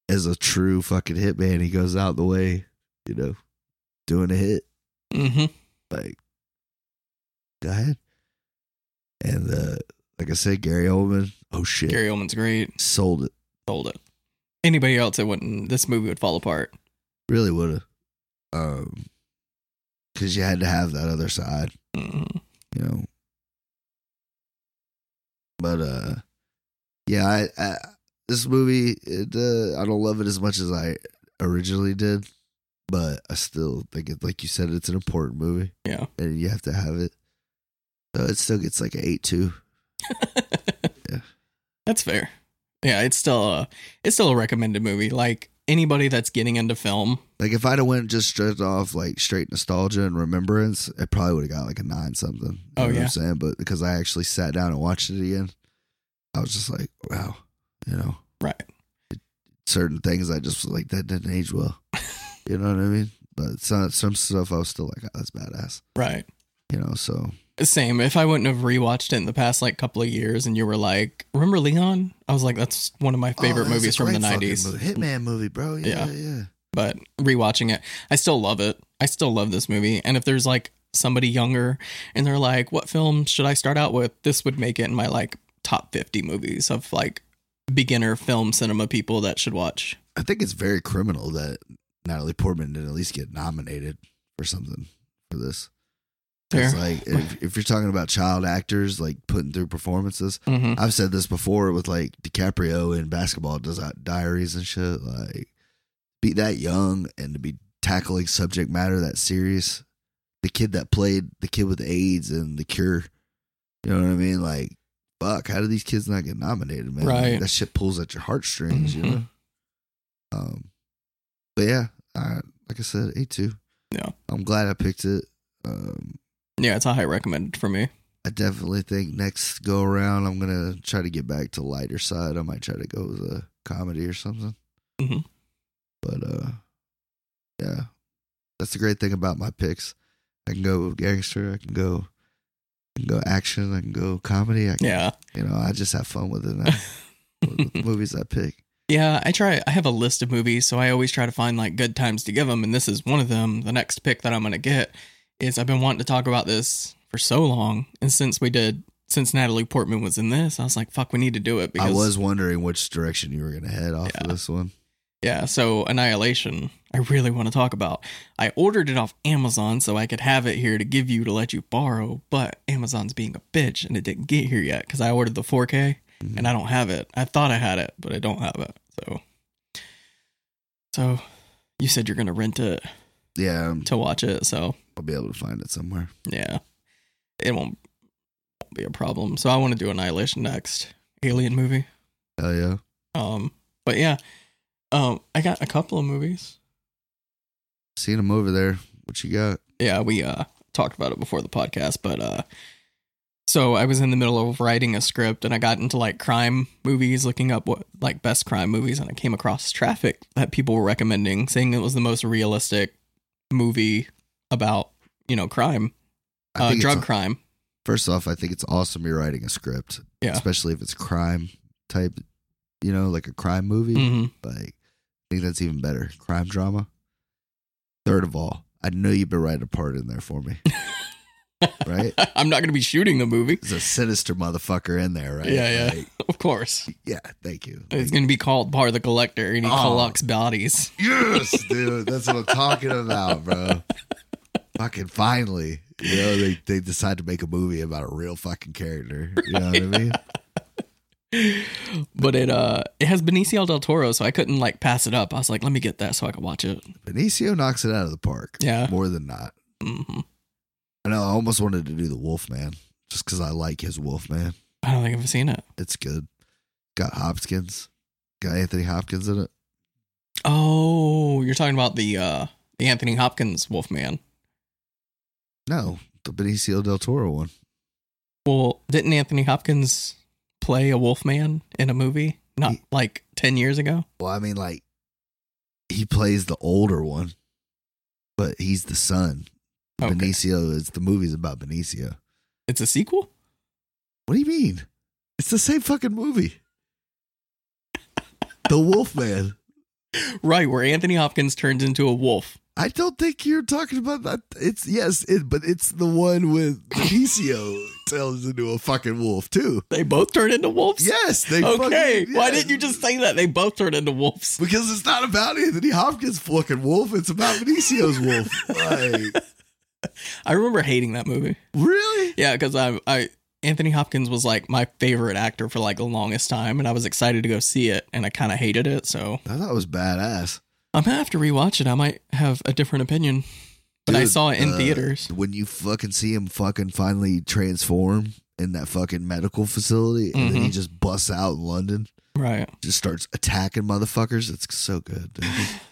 A: as a true fucking hitman he goes out the way you know doing a hit
B: Mhm.
A: like go ahead and uh like i said gary oldman oh shit
B: Gary Oldman's great.
A: sold it
B: Sold it. Anybody else, it wouldn't. This movie would fall apart.
A: really would have um because you had to have that other side,
B: Mhm.
A: you know. But uh, yeah, I, I this movie it, uh, I don't love it as much as I originally did, but I still think it, like you said, it's an important movie.
B: Yeah.
A: and you have to have it. So it still gets like an eight two.
B: That's fair. Yeah, it's still a it's still a recommended movie. Like anybody that's getting into film,
A: Like if I'd have went just straight off like straight nostalgia and remembrance, it probably would have got like a nine something. You
B: Oh,
A: know what
B: yeah.
A: I'm saying? But because I actually sat down and watched it again, I was just like, wow, you know,
B: right?
A: certain things I just was like that didn't age well. you know what I mean? But some some stuff I was still like, oh, that's badass.
B: Right.
A: You know, so
B: Same. If I wouldn't have rewatched it in the past like couple of years, and you were like, "Remember Leon?" I was like, "That's one of my favorite
A: Oh, that's a
B: movies from the
A: great fucking
B: '90s."
A: movie. Hitman movie, bro. Yeah,
B: Yeah.
A: yeah. yeah.
B: but rewatching it, I still love it. I still love this movie. And if there's like somebody younger and they're like, what film should I start out with? This would make it in my like top 50 movies of like beginner film cinema people that should watch.
A: I think it's very criminal that Natalie Portman didn't at least get nominated for something for this.
B: Fair.
A: It's like if, if you're talking about child actors like putting through performances,
B: hmm
A: I've said this before with like DiCaprio in Basketball does out diaries and shit. Like be that young and to be tackling subject matter that serious. The kid that played the kid with AIDS and the cure. You know what I mean? Like, fuck, how do these kids not get nominated, man? Like,
B: Right. Mm-hmm.
A: that shit pulls at your heartstrings, you know? Um but yeah, I, like I said, A two.
B: Yeah.
A: I'm glad I picked it. Um
B: Yeah, it's a high recommended for me.
A: I definitely think next go around I'm gonna try to get back to lighter side. I might try to go with a comedy or something.
B: Mhm.
A: But uh, yeah, that's the great thing about my picks. I can go gangster. I can go, I can go action. I can go comedy. I can,
B: Yeah.
A: you know, I just have fun with it now. with the movies I pick.
B: Yeah, I try. I have a list of movies, so I always try to find like good times to give them, and this is one of them. The next pick that I'm gonna get is I've been wanting to talk about this for so long, and since we did, since Natalie Portman was in this, I was like, "Fuck, we need to do it." Because
A: I was wondering which direction you were gonna head off of this one.
B: yeah. So Annihilation, I really want to talk about. I ordered it off Amazon so I could have it here to give you to let you borrow, but Amazon's being a bitch and it didn't get here yet because I ordered the 4K
A: Mhm.
B: and I don't have it. I thought I had it, but I don't have it. So, so you said you're gonna rent it
A: Yeah, I'm-
B: to watch it. So
A: I'll be able to find it somewhere.
B: yeah, it won't, won't be a problem. So I want to do Annihilation next, Alien movie.
A: Hell yeah!
B: Um, but yeah, um, I got a couple of movies.
A: Seeing him over there. What you got?
B: yeah, we uh talked about it before the podcast, but uh so I was in the middle of writing a script and I got into like crime movies, looking up what like best crime movies, and I came across traffic that people were recommending, saying it was the most realistic movie about, you know, crime,
A: I
B: uh,
A: think it's
B: drug
A: a-
B: crime.
A: First off, I think it's awesome you're writing a script.
B: Yeah.
A: Especially if it's crime type, you know, like a crime movie.
B: hmm
A: Like, I think that's even better. Crime drama. Third of all, I know you've been writing a part in there for me. right?
B: I'm not going to be shooting the movie.
A: There's a sinister motherfucker in there, right?
B: Yeah, yeah.
A: Like,
B: Of course.
A: yeah, thank you.
B: It's going to be called Bar the Collector and he
A: Oh.
B: collects bodies.
A: yes, dude. That's what I'm talking about, bro. Fucking finally. You know, they, they decide to make a movie about a real fucking character. You know what I mean?
B: But it uh it has Benicio del Toro, so I couldn't like pass it up. I was like, let me get that so I could watch it.
A: Benicio knocks it out of the park.
B: Yeah.
A: More than not.
B: hmm
A: I know. I almost wanted to do the Wolfman just because I like his Wolfman.
B: I don't think I've seen it.
A: It's good. Got Hopkins. Got Anthony Hopkins in it.
B: Oh, you're talking about the uh the Anthony Hopkins Wolfman.
A: No, the Benicio del Toro one.
B: Well, didn't Anthony Hopkins play a Wolfman in a movie not
A: He-
B: like 10 years ago?
A: Well, I mean, like he plays the older one, but he's the son.
B: Okay.
A: Benicio is the movie's about Benicio.
B: It's a sequel?
A: What do you mean? It's the same fucking movie. the Wolfman.
B: Right, where Anthony Hopkins turns into a wolf.
A: I don't think you're talking about that. It's yes, it, but it's the one with Benicio tells into a fucking wolf too.
B: They both turn into wolves?
A: Yes, they.
B: Okay.
A: fucking-
B: Why
A: yes.
B: didn't you just say that? They both turn into wolves.
A: Because it's not about Anthony Hopkins fucking wolf. It's about Benicio's wolf. Like,
B: I remember hating that movie.
A: Really?
B: Yeah, because I, I Anthony Hopkins was like my favorite actor for like the longest time, and I was excited to go see it, and I kind of hated it. So
A: I thought it was badass.
B: I'm gonna have to rewatch it. I might have a different opinion, but I
A: Dude,
B: saw it in
A: uh,
B: theaters.
A: When you fucking see him fucking finally transform in that fucking medical facility and
B: Mm-hmm.
A: then he just busts out in London,
B: Right,
A: just starts attacking motherfuckers. It's so good, dude.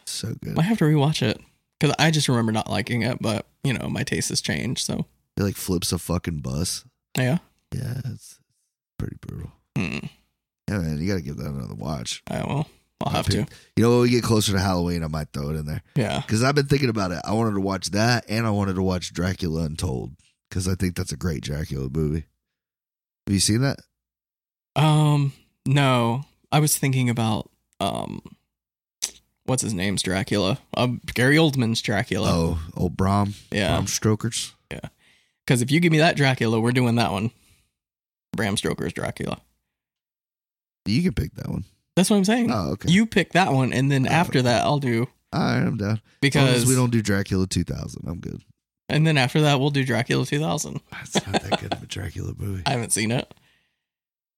A: It's so good.
B: I have to rewatch it because I just remember not liking it, but you know my taste has changed. So
A: He like flips a fucking bus.
B: yeah,
A: Yeah, it's pretty brutal.
B: Hmm.
A: Yeah, man, you gotta give that another watch.
B: I will. I'll have to.
A: You know, when we get closer to Halloween, I might throw it in there.
B: Yeah,
A: Because I've been thinking about it. I wanted to watch that, and I wanted to watch Dracula Untold because I think that's a great Dracula movie. Have you seen that?
B: Um, no, I was thinking about um, what's his name's Dracula, um, Gary Oldman's Dracula.
A: Oh, um, old Brom,
B: yeah,
A: Brom Strokers.
B: because if you give me that Dracula, we're doing that one. Bram Stoker's Dracula.
A: You can pick that one.
B: That's what I'm saying.
A: Oh, okay.
B: You pick that one, and then
A: Oh,
B: after that, I'll do
A: All right, I'm down. As long
B: because
A: as we don't do Dracula 2000, I'm good.
B: and then after that, we'll do Dracula 2000.
A: That's not that good of a Dracula movie.
B: I
A: I'm
B: haven't seen it.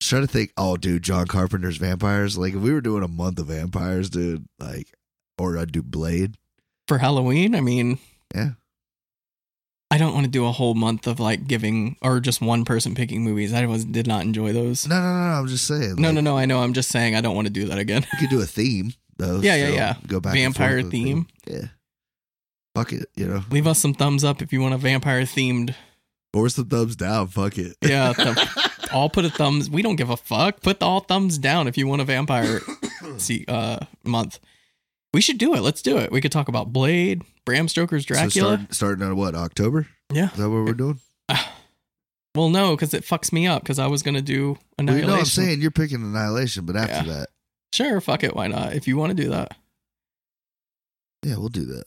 A: trying to think. Oh, dude, John Carpenter's vampires. Like, if we were doing a month of vampires, dude, like, or I'd do Blade.
B: for Halloween. I mean,
A: Yeah.
B: I don't want to do a whole month of like giving or just one person picking movies. I was did not enjoy those.
A: No, no, no. no, I'm just saying.
B: No,
A: like,
B: no, no. I know. I'm just saying I don't want to do that again.
A: We could do a theme, though.
B: Yeah, yeah,
A: so
B: yeah.
A: Go back.
B: Vampire
A: and forth with the Yeah. Fuck it, you know.
B: Leave us some thumbs up if you want a vampire themed.
A: Or some thumbs down. Fuck it.
B: Yeah, thumb- All put a thumbs. We don't give a fuck. Put all thumbs down if you want a vampire see uh month. We should do it. Let's do it. We could talk about Blade, Bram Stoker's
A: So
B: Dracula.
A: start, starting on what October?
B: yeah.
A: Is that what we're doing?
B: Well, no, because it fucks me up. Because I was gonna do
A: Well,
B: Annihilation.
A: you know, what I'm saying you're picking Annihilation, but after that,
B: Sure, fuck it. Why not? If you want to do that.
A: yeah, we'll do that.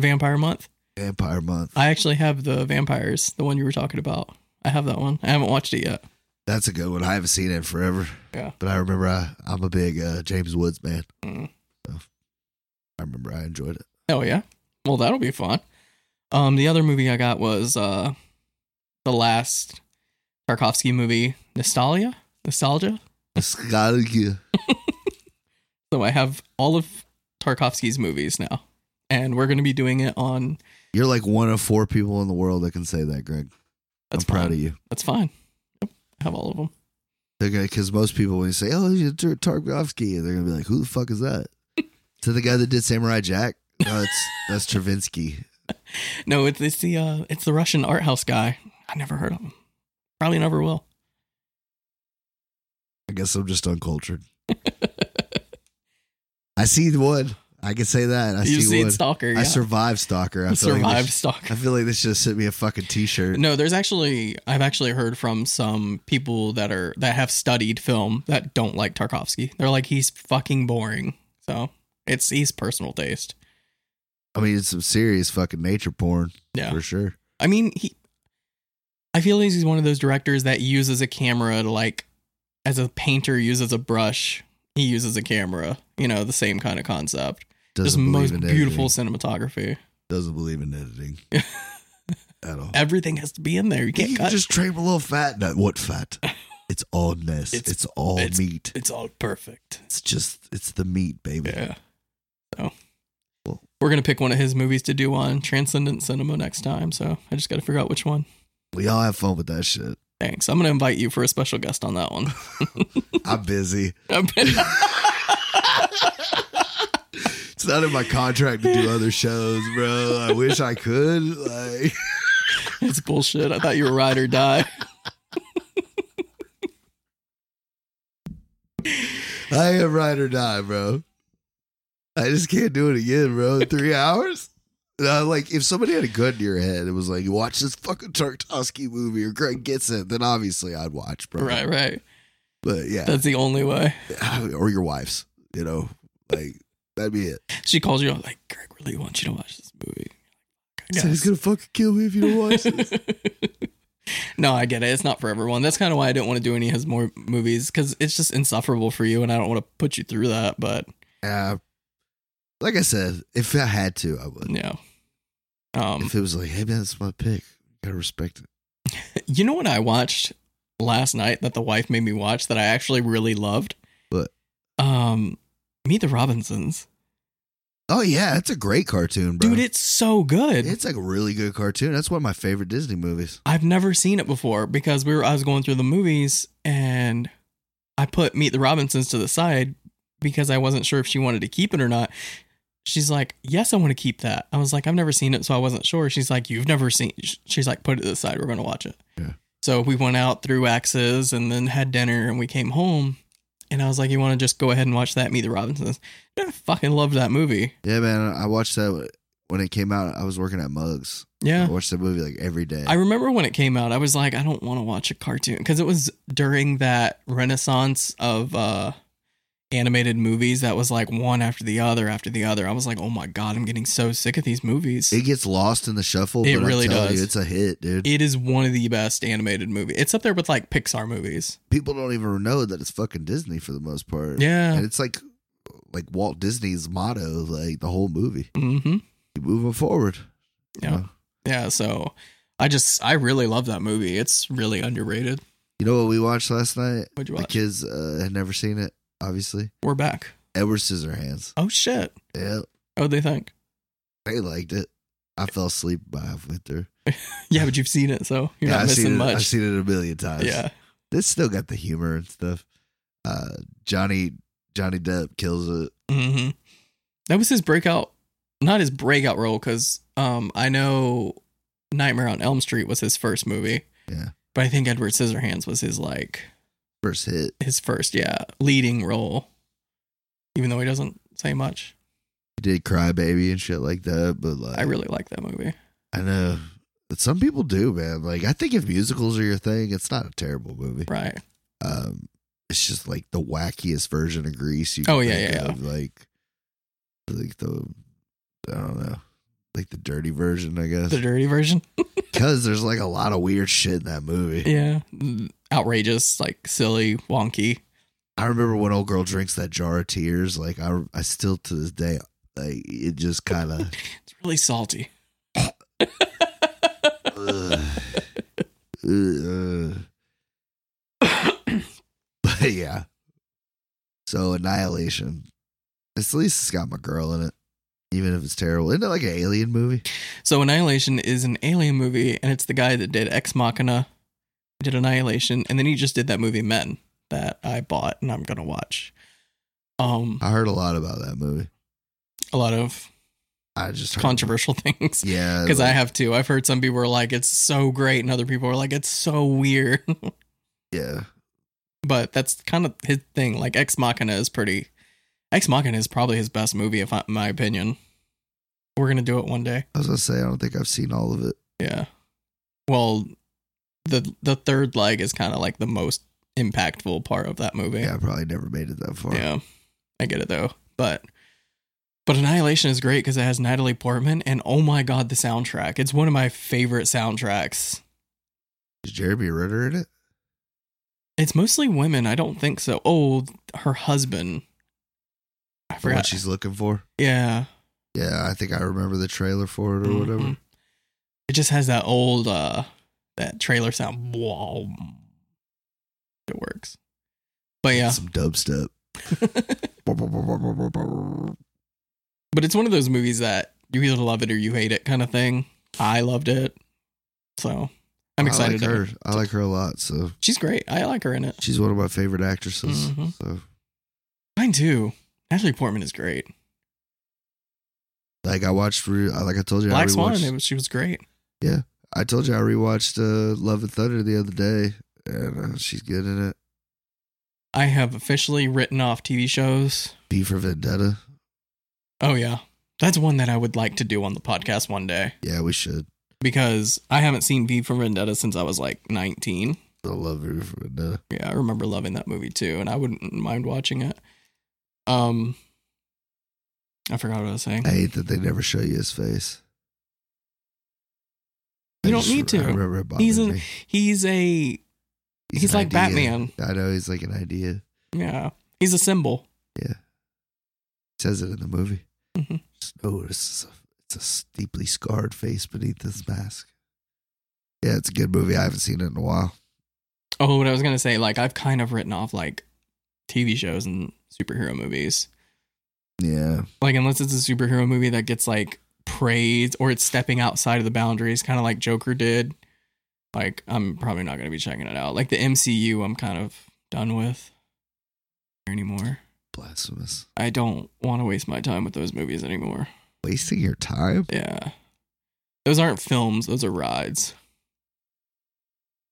B: Vampire Month.
A: Vampire Month.
B: I actually have the vampires, the one you were talking about. I have that one. I haven't watched it yet.
A: That's a good one. I haven't seen it in forever.
B: Yeah.
A: But I remember I, I'm a big uh, James Woods man.
B: Mm.
A: So I remember I enjoyed it.
B: Oh yeah. Well, that'll be fun. Um, the other movie I got was uh, the last Tarkovsky movie, Nostalgia. Nostalgia.
A: Nostalgia.
B: So I have all of Tarkovsky's movies now, and we're going to be doing it on.
A: You're like one of four people in the world that can say that, Greg.
B: That's
A: I'm proud
B: fine.
A: of you.
B: That's fine. Yep, I have all of them.
A: They're gonna because most people when you say, "Oh, you Tar- Tarkovsky," they're gonna be like, "Who the fuck is that?" to the guy that did Samurai Jack. No, it's that's Travinsky.
B: No, it's it's the uh, it's the Russian art house guy. I never heard of him. Probably never will.
A: I guess I'm just uncultured. I see one. I can say that. I
B: You've
A: see
B: seen
A: one.
B: Stalker. Yeah.
A: I survived Stalker. I feel Like
B: survived
A: this,
B: Stalker.
A: I feel like this should have sent me a fucking T-shirt.
B: No, there's actually I've actually heard from some people that are that have studied film that don't like Tarkovsky. They're like he's fucking boring. So it's he's personal taste.
A: I mean, it's some serious fucking nature porn
B: Yeah.
A: for sure.
B: I mean he I feel like he's one of those directors that uses a camera to like as a painter uses a brush, he uses a camera. You know, the same kind of concept. Just
A: Doesn't believe
B: most
A: in
B: beautiful
A: Editing.
B: cinematography.
A: Doesn't believe in editing at all.
B: Everything has to be in there. You can't
A: you
B: cut.
A: just train a little fat. No, what fat? It's all ness. It's,
B: It's-
A: all
B: it's-
A: meat.
B: it's all perfect.
A: It's just it's the meat, baby.
B: Yeah. So
A: Well-
B: we're gonna pick one of his movies to do on Transcendent Cinema next time. So I just gotta figure out which one.
A: We all have fun with that shit.
B: Thanks. I'm gonna invite you for a special guest on that one.
A: I'm busy.
B: I
A: It's not in my contract to do other shows, bro. I wish I could. Like,
B: bet It's bullshit. I thought you were ride or die.
A: I am ride or die, bro. I just can't do it again, bro. Three hours? And I, like, if somebody had a gun to your head and was like, watch this fucking Tarkovsky movie or Greg gets it, then obviously I'd watch, bro.
B: Right, right.
A: But yeah,
B: That's the only way.
A: or your wife's, you know, like, that'd be it.
B: She calls you up like Greg really wants you to watch this movie. I
A: So he's
B: guess.
A: going to fucking kill me if you don't watch this.
B: no, I get it. It's not for everyone. That's kind of why I didn't want to do any of his more movies because it's just insufferable for you, and I don't want to put you through that. But
A: Yeah. Like I said, if I had to, I would.
B: yeah, Um,
A: if it was like, hey man, that's my pick, gotta respect it.
B: you know what I watched last night that the wife made me watch that I actually really loved?
A: What?
B: Um, Meet the Robinsons.
A: Oh yeah, it's a great cartoon, bro.
B: Dude, it's so good.
A: it's like a really good cartoon. That's one of my favorite Disney movies.
B: I've never seen it before because we were I was going through the movies and I put Meet the Robinsons to the side because I wasn't sure if she wanted to keep it or not. She's like, "Yes, I want to keep that." I was like, "I've never seen it, so I wasn't sure." She's like, "You've never seen?" She's like, "Put it to the side. We're going to watch it."
A: Yeah.
B: So we went out through Axes and then had dinner and we came home and I was like, "You want to just go ahead and watch that Meet the Robinsons?" I fucking loved that movie.
A: Yeah, man, I watched that when it came out. I was working at Mugs. I
B: Yeah.
A: watched that movie like every day.
B: I remember when it came out, I was like, I don't want to watch a cartoon because it was during that renaissance of uh, animated movies that was like one after the other after the other. I was like, oh my god, I'm getting so sick of these movies.
A: it gets lost in the shuffle.
B: It
A: but I'm
B: really
A: telling
B: does.
A: You, it's a hit, dude.
B: it is one of the best animated movies. It's up there with like Pixar movies.
A: People don't even know that it's fucking Disney for the most part.
B: Yeah.
A: and it's like like Walt Disney's motto, like the whole movie.
B: hmm
A: Keep moving forward. you
B: Yeah.
A: know?
B: Yeah. So I just I really love that movie. It's really underrated.
A: You know what we watched last night?
B: What'd you
A: The
B: watch?
A: kids uh, had never seen it, obviously.
B: We're back.
A: Edward Scissorhands.
B: Oh shit.
A: Yeah,
B: Oh, they think.
A: they liked it. I fell asleep by halfway through.
B: Yeah, but you've seen it, so you're
A: yeah,
B: not
A: I've seen
B: missing
A: it,
B: much.
A: I've seen it a million times.
B: yeah.
A: this still got the humor and stuff. Uh, Johnny Johnny Depp kills it.
B: hmm That was his breakout, not his breakout role, because um, I know Nightmare on Elm Street was his first movie.
A: Yeah.
B: But I think Edward Scissorhands was his like
A: First hit.
B: his first, yeah, leading role. Even though he doesn't say much,
A: He did Cry Baby and shit like that. But like,
B: I really like that movie.
A: I know. But some people do, man. Like, I think if musicals are your thing, it's not a terrible movie.
B: Right.
A: Um, it's just like the wackiest version of Grease. You
B: Oh, yeah,
A: think
B: yeah, yeah.
A: of, Like, like the I don't know, like the dirty version, I guess.
B: The dirty version.
A: Because there's like a lot of weird shit in that movie.
B: Yeah. Outrageous, like silly, wonky.
A: I remember when old girl drinks that jar of tears. Like I, I still to this day, like it just kind of.
B: It's really salty.
A: but yeah. So Annihilation. At least it's got my girl in it, even if it's terrible. Isn't it like an alien movie?
B: So Annihilation is an alien movie, and it's the guy that did Ex Machina, did Annihilation, and then he just did that movie Men that I bought and I'm gonna watch. Um,
A: I heard a lot about that movie.
B: a lot of
A: I just heard,
B: controversial things
A: Yeah,
B: because I
A: like-
B: have too. I've heard some people are like it's so great, and other people are like it's so weird.
A: yeah.
B: but that's kind of his thing. Like Ex Machina is pretty. Ex Machina is probably his best movie, if I, in my opinion. We're gonna do it one day.
A: I was gonna say I don't think I've seen all of it.
B: Yeah. Well, the the third leg is kind of like the most impactful part of that movie.
A: Yeah, I probably never made it that far.
B: Yeah. I get it though. But but Annihilation is great because it has Natalie Portman and oh my god, the soundtrack. It's one of my favorite soundtracks.
A: Is Jeremy Ritter in it?
B: It's mostly women. I don't think so. Oh, her husband. I
A: For
B: forgot.
A: what she's looking for?
B: yeah.
A: Yeah, I think I remember the trailer for it or whatever.
B: Mhm. It just has that old uh that trailer sound. Wow. It works. But yeah.
A: Some dubstep.
B: But it's one of those movies that you either love it or you hate it kind of thing. I loved it. So I'm excited.
A: I
B: to-
A: like her. I like her a lot. So
B: She's great. I like her in it.
A: she's one of my favorite actresses.
B: Mhm.
A: So
B: Mine too. Natalie Portman is great.
A: like I watched, re- I- like I told you,
B: Black
A: I
B: Swan,
A: rewatched.
B: it was, she was great.
A: I told you I rewatched uh, Love and Thunder the other day, and uh, she's good in it.
B: I have officially written off TV shows.
A: B for Vendetta.
B: Oh, yeah. That's one that I would like to do on the podcast one day
A: Yeah, we should.
B: because I haven't seen V for Vendetta since I was like 19.
A: I love B for Vendetta.
B: Yeah, I remember loving that movie too, and I wouldn't mind watching it. Um, I forgot what I was saying.
A: I hate that they never show you his face.
B: You
A: I
B: don't need to.
A: I remember it
B: He's
A: bothered
B: an-
A: me.
B: He's a he's
A: an
B: like
A: idea.
B: Batman.
A: I know he's like an idea.
B: yeah. He's a symbol.
A: says it in the movie.
B: Mhm.
A: Just, oh, this is a, It's a s- deeply scarred face beneath this mask. Yeah, it's a good movie. I haven't seen it in a while.
B: Oh, what I was gonna say, like I've kind of written off like TV shows and superhero movies.
A: Yeah.
B: Like unless it's a superhero movie that gets like praised or it's stepping outside of the boundaries, kind of like Joker did. Like I'm probably not gonna be checking it out. Like the MCU, I'm kind of done with anymore.
A: Blasphemous.
B: I don't want to waste my time with those movies anymore.
A: Wasting your time?
B: Yeah, those aren't films; those are rides.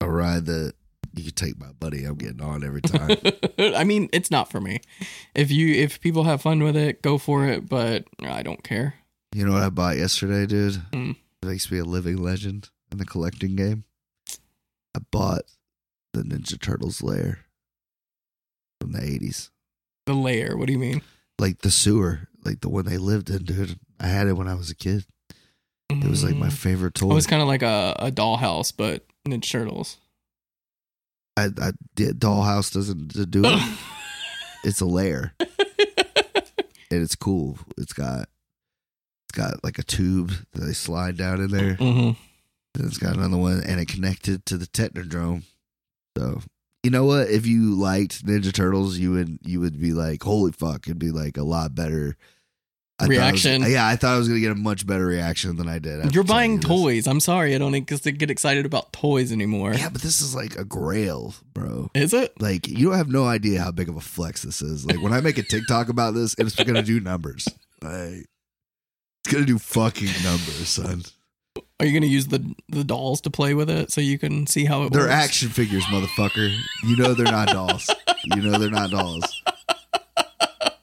A: A ride that you could take my buddy. I'm getting on every time.
B: I mean, it's not for me. If you if people have fun with it, go for it, but I don't care.
A: you know what I bought yesterday, dude?
B: Hmm.
A: It makes me a living legend in the collecting game. I bought the Ninja Turtles lair from the 80s.
B: The layer, what do you mean?
A: Like the sewer, like the one they lived in, dude. I had it when I was a kid. It was like my
B: Mm.
A: favorite toy.
B: Oh, it's kind of like a, a dollhouse, but Ninja Turtles.
A: I, I did dollhouse doesn't do it. it's a lair and it's cool. It's got it's got like a tube that they slide down in there.
B: Mhm.
A: Then it's got another one and it connected to the Technodrome. So you know what? If you liked Ninja Turtles, you would you would be like, holy fuck, it'd be like a lot better. I thought I was-
B: Reaction.
A: yeah, I thought I was gonna get a much better reaction than I did. after
B: You're
A: telling
B: buying
A: you this.
B: toys. I'm sorry, I don't think 'cause they get excited about toys anymore.
A: Yeah, but this is like a grail, bro.
B: Is it?
A: Like you have no idea how big of a flex this is. Like when I make a TikTok about this, it's gonna do numbers. Like it's gonna do fucking numbers, son.
B: Are you gonna use the the dolls to play with it so you can see how it
A: They're
B: works?
A: action figures, motherfucker. You know they're not dolls. You know they're not dolls.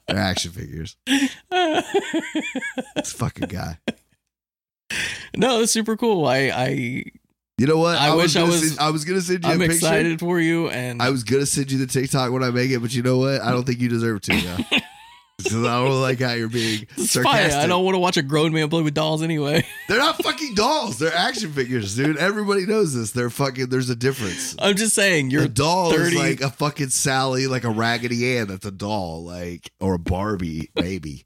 A: They're action figures. This fucking guy.
B: no, it's super cool. I I
A: You know what?
B: I wish I
A: gonna
B: was-
A: Send, I was gonna send you a
B: I'm
A: picture.
B: excited for you and
A: I was gonna send you the TikTok when I make it, but you know what? I don't think you deserve to. Now. 'Cause I don't like how you're being
B: It's fine.
A: sarcastic.
B: I don't want to watch a grown man play with dolls anyway.
A: They're not fucking dolls. They're action figures, dude. Everybody knows this. They're fucking. There's a difference.
B: I'm just saying,
A: Your
B: you're
A: doll
B: 30.
A: is like a fucking Sally, like a Raggedy Ann. That's a doll, like or a Barbie, maybe,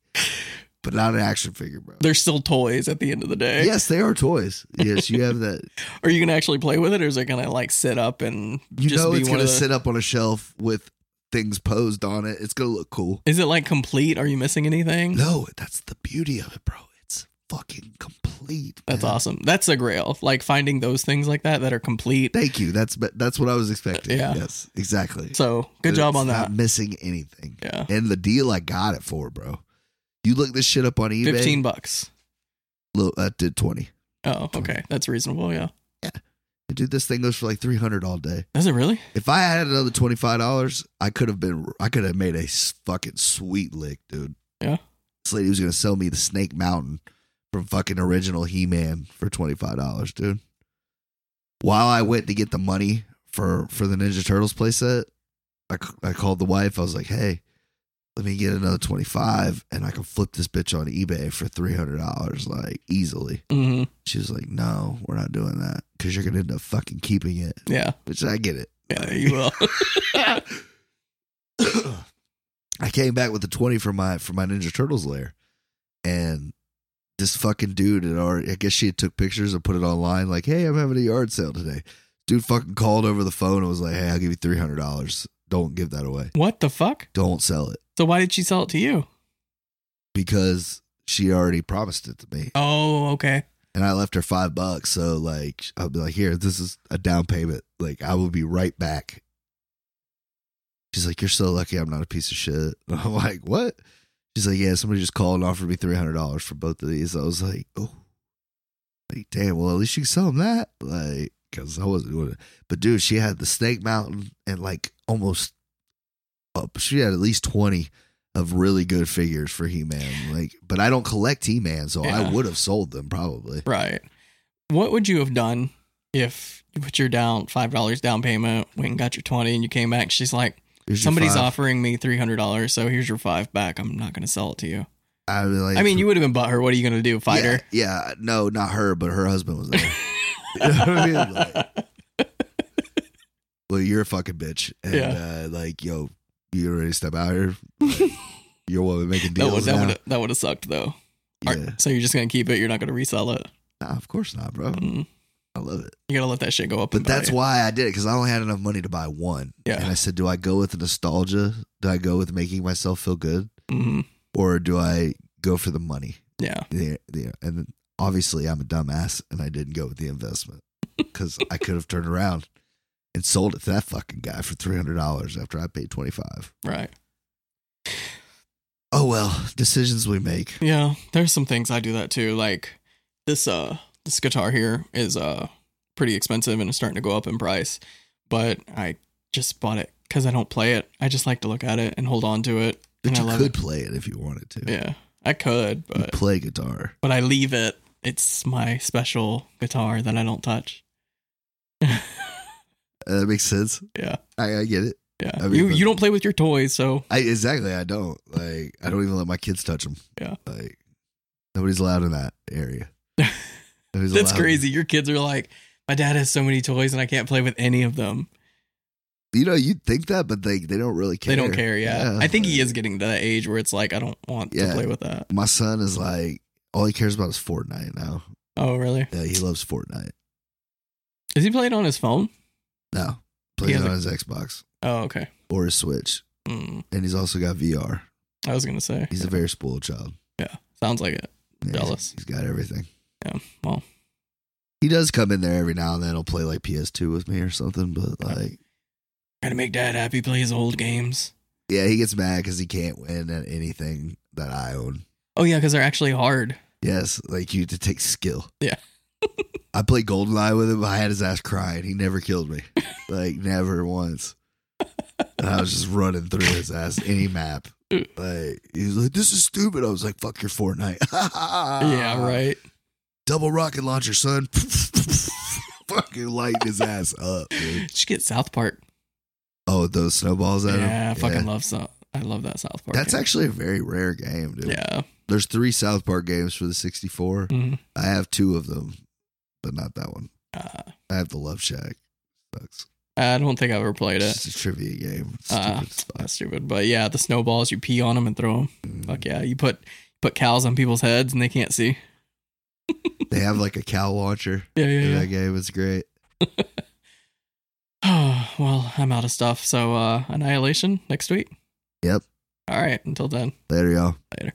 A: but not an action figure, bro.
B: they're still toys at the end of the day.
A: Yes, they are toys. Yes, you have that.
B: Are you gonna actually play with it, or is it gonna like sit up and
A: You
B: just
A: know,
B: be
A: it's
B: one
A: gonna
B: of the?
A: sit up on a shelf with things posed on it. It's gonna look cool.
B: is it like complete? Are you missing anything?
A: No, that's the beauty of it, bro. It's fucking complete.
B: That's
A: man.
B: awesome. That's a grail. Like finding those things like that that are complete.
A: Thank you. That's that's what I was expecting.
B: Yeah.
A: Yes, exactly.
B: So good
A: It's
B: job on
A: not
B: that.
A: missing anything.
B: Yeah,
A: And the deal I got it for, bro. You look this shit up on eBay.
B: fifteen bucks.
A: Look, I did twenty.
B: Oh,
A: Mm-hmm.
B: okay, that's reasonable. Yeah,
A: Dude, this thing goes for like three hundred all day.
B: is it really?
A: If I had another twenty five dollars, I could have been. I could have made a s- fucking sweet lick, dude.
B: Yeah.
A: This lady was gonna sell me the Snake Mountain from fucking original He Man for twenty five dollars, dude. While I went to get the money for for the Ninja Turtles playset, I c- I called the wife. I was like, hey. Let me get another twenty five, and I can flip this bitch on eBay for three hundred dollars, like easily.
B: hmm
A: She was like, "No, we're not doing that because you're gonna end up fucking keeping it."
B: Yeah,
A: Which I get it.
B: yeah, you will.
A: I came back with a twenty for my for my Ninja Turtles lair, and this fucking dude had already. I guess she had took pictures and put it online. Like, hey, I'm having a yard sale today. Dude, fucking called over the phone and was like, "Hey, I'll give you three hundred dollars. Don't give that away.
B: what the fuck?
A: Don't sell it
B: So why did she sell it to you?
A: because she already promised it to me."
B: Oh, okay.
A: and I left her five bucks. So like, I'll be like, here, this is a down payment. Like, I will be right back. She's like, you're so lucky I'm not a piece of shit. And I'm like, what? She's like, yeah, somebody just called and offered me three hundred dollars for both of these. I was like, oh, like damn. Well, at least you can sell them that, like, because I wasn't doing it. But dude, she had the Snake Mountain and like almost up. She had at least twenty of really good figures for He Man. Like, but I don't collect He Man, so I
B: Yeah.
A: would have sold them probably.
B: Right. What would you have done if you put your down five dollars down payment, went and got your twenty, and you came back? She's like,
A: Here's your
B: somebody's
A: five.
B: offering me three hundred dollars, so here's your five back. I'm not gonna sell it to you.
A: I, was like,
B: I mean, you would have been butthurt. What are you gonna do, fight
A: yeah,
B: her?
A: Yeah, no, not her, but her husband was there. you know what I mean? Like, well, you're a fucking bitch, and
B: Yeah.
A: uh, like, yo, you ready to step out here? Like, you're what making
B: that
A: deals
B: would Oh, that
A: now?
B: would that would have sucked though. Are-
A: Yeah.
B: so you're just gonna keep it. You're not gonna resell it.
A: Nah, of course not, bro.
B: Mm.
A: I love it.
B: You gotta let that shit go up. in
A: But that's
B: value.
A: why I did it because I only had enough money to buy one.
B: Yeah.
A: And I said, do I go with nostalgia? Do I go with making myself feel good?
B: Mhm.
A: Or do I go for the money?
B: Yeah.
A: Yeah, yeah. And then obviously, I'm a dumbass and I didn't go with the investment because I could have turned around and sold it to that fucking guy for $300 after I paid 25
B: Right.
A: Oh, well, decisions we make.
B: Yeah. There's some things I do that too. Like this. Uh, this guitar here is uh pretty expensive and it's starting to go up in price. But I just bought it because I don't play it. I just like to look at it and hold on to it.
A: But
B: and I
A: you
B: love
A: could
B: it.
A: play it if you wanted to.
B: Yeah. I could,
A: You
B: but
A: play guitar.
B: but I leave it. It's my special guitar that I don't touch.
A: Uh, that makes sense.
B: Yeah.
A: I, I get it.
B: Yeah.
A: I mean,
B: you
A: but-
B: you don't play with your toys, so
A: I exactly. I don't like. I don't even let my kids touch them.
B: Yeah.
A: Like nobody's allowed in that area. Nobody's
B: that's
A: allowed.
B: crazy. Your kids are like, my dad has so many toys and I can't play with any of them.
A: You know, you'd think that, but they they don't really care.
B: They don't care. Yeah. I think he is getting to that age where it's like, I don't want
A: Yeah.
B: to play with that.
A: My son is like all he cares about is Fortnite now.
B: Oh, really?
A: Yeah, he loves Fortnite.
B: Is he playing on his phone?
A: No,
B: He
A: plays
B: has
A: it
B: a-
A: on his Xbox
B: Oh, okay.
A: or his Switch,
B: Mm,
A: and he's also got VR.
B: I was going to say.
A: He's a very spoiled child.
B: Sounds like it.
A: Yeah, he's-
B: Jealous.
A: He's got everything.
B: Yeah, well.
A: He does come in there every now and then. He'll play like PS2 with me or something, but
B: Yeah.
A: like
B: Gotta make dad happy, play his old games.
A: Yeah, he gets mad because he can't win at anything that I own.
B: Oh, yeah, because they're actually hard.
A: Yes, like you to take skill.
B: Yeah.
A: I played Goldeneye with him. I had his ass crying. He never killed me, like never once. And I was just running through his ass any map. Like he was like, "This is stupid." I was like, "Fuck your Fortnite." Ah,
B: yeah, right.
A: Double rocket launcher, son. Fucking lighting his ass up. Dude.
B: Just get South Park.
A: Oh, those snowballs at him.
B: Yeah, I fucking love so. I love that South Park.
A: That's
B: game.
A: actually a very rare game, dude.
B: yeah.
A: There's three South Park games for the 64.
B: Mhm.
A: I have two of them, but not that one.
B: Uh,
A: I have the Love Shack. Sucks.
B: I don't think I've ever played
A: It's
B: it.
A: just a trivia game. It's
B: Uh,
A: stupid stuff.
B: That's stupid. But yeah, the snowballs you pee on them and throw them.
A: Mm.
B: Fuck yeah, you put put cows on people's heads and they can't see.
A: They have like a cow launcher
B: Yeah,
A: in
B: yeah,
A: that game. It's great.
B: yeah. well, I'm out of stuff. So uh annihilation next week.
A: Yep.
B: All right. Until then.
A: Later, y'all.
B: Later.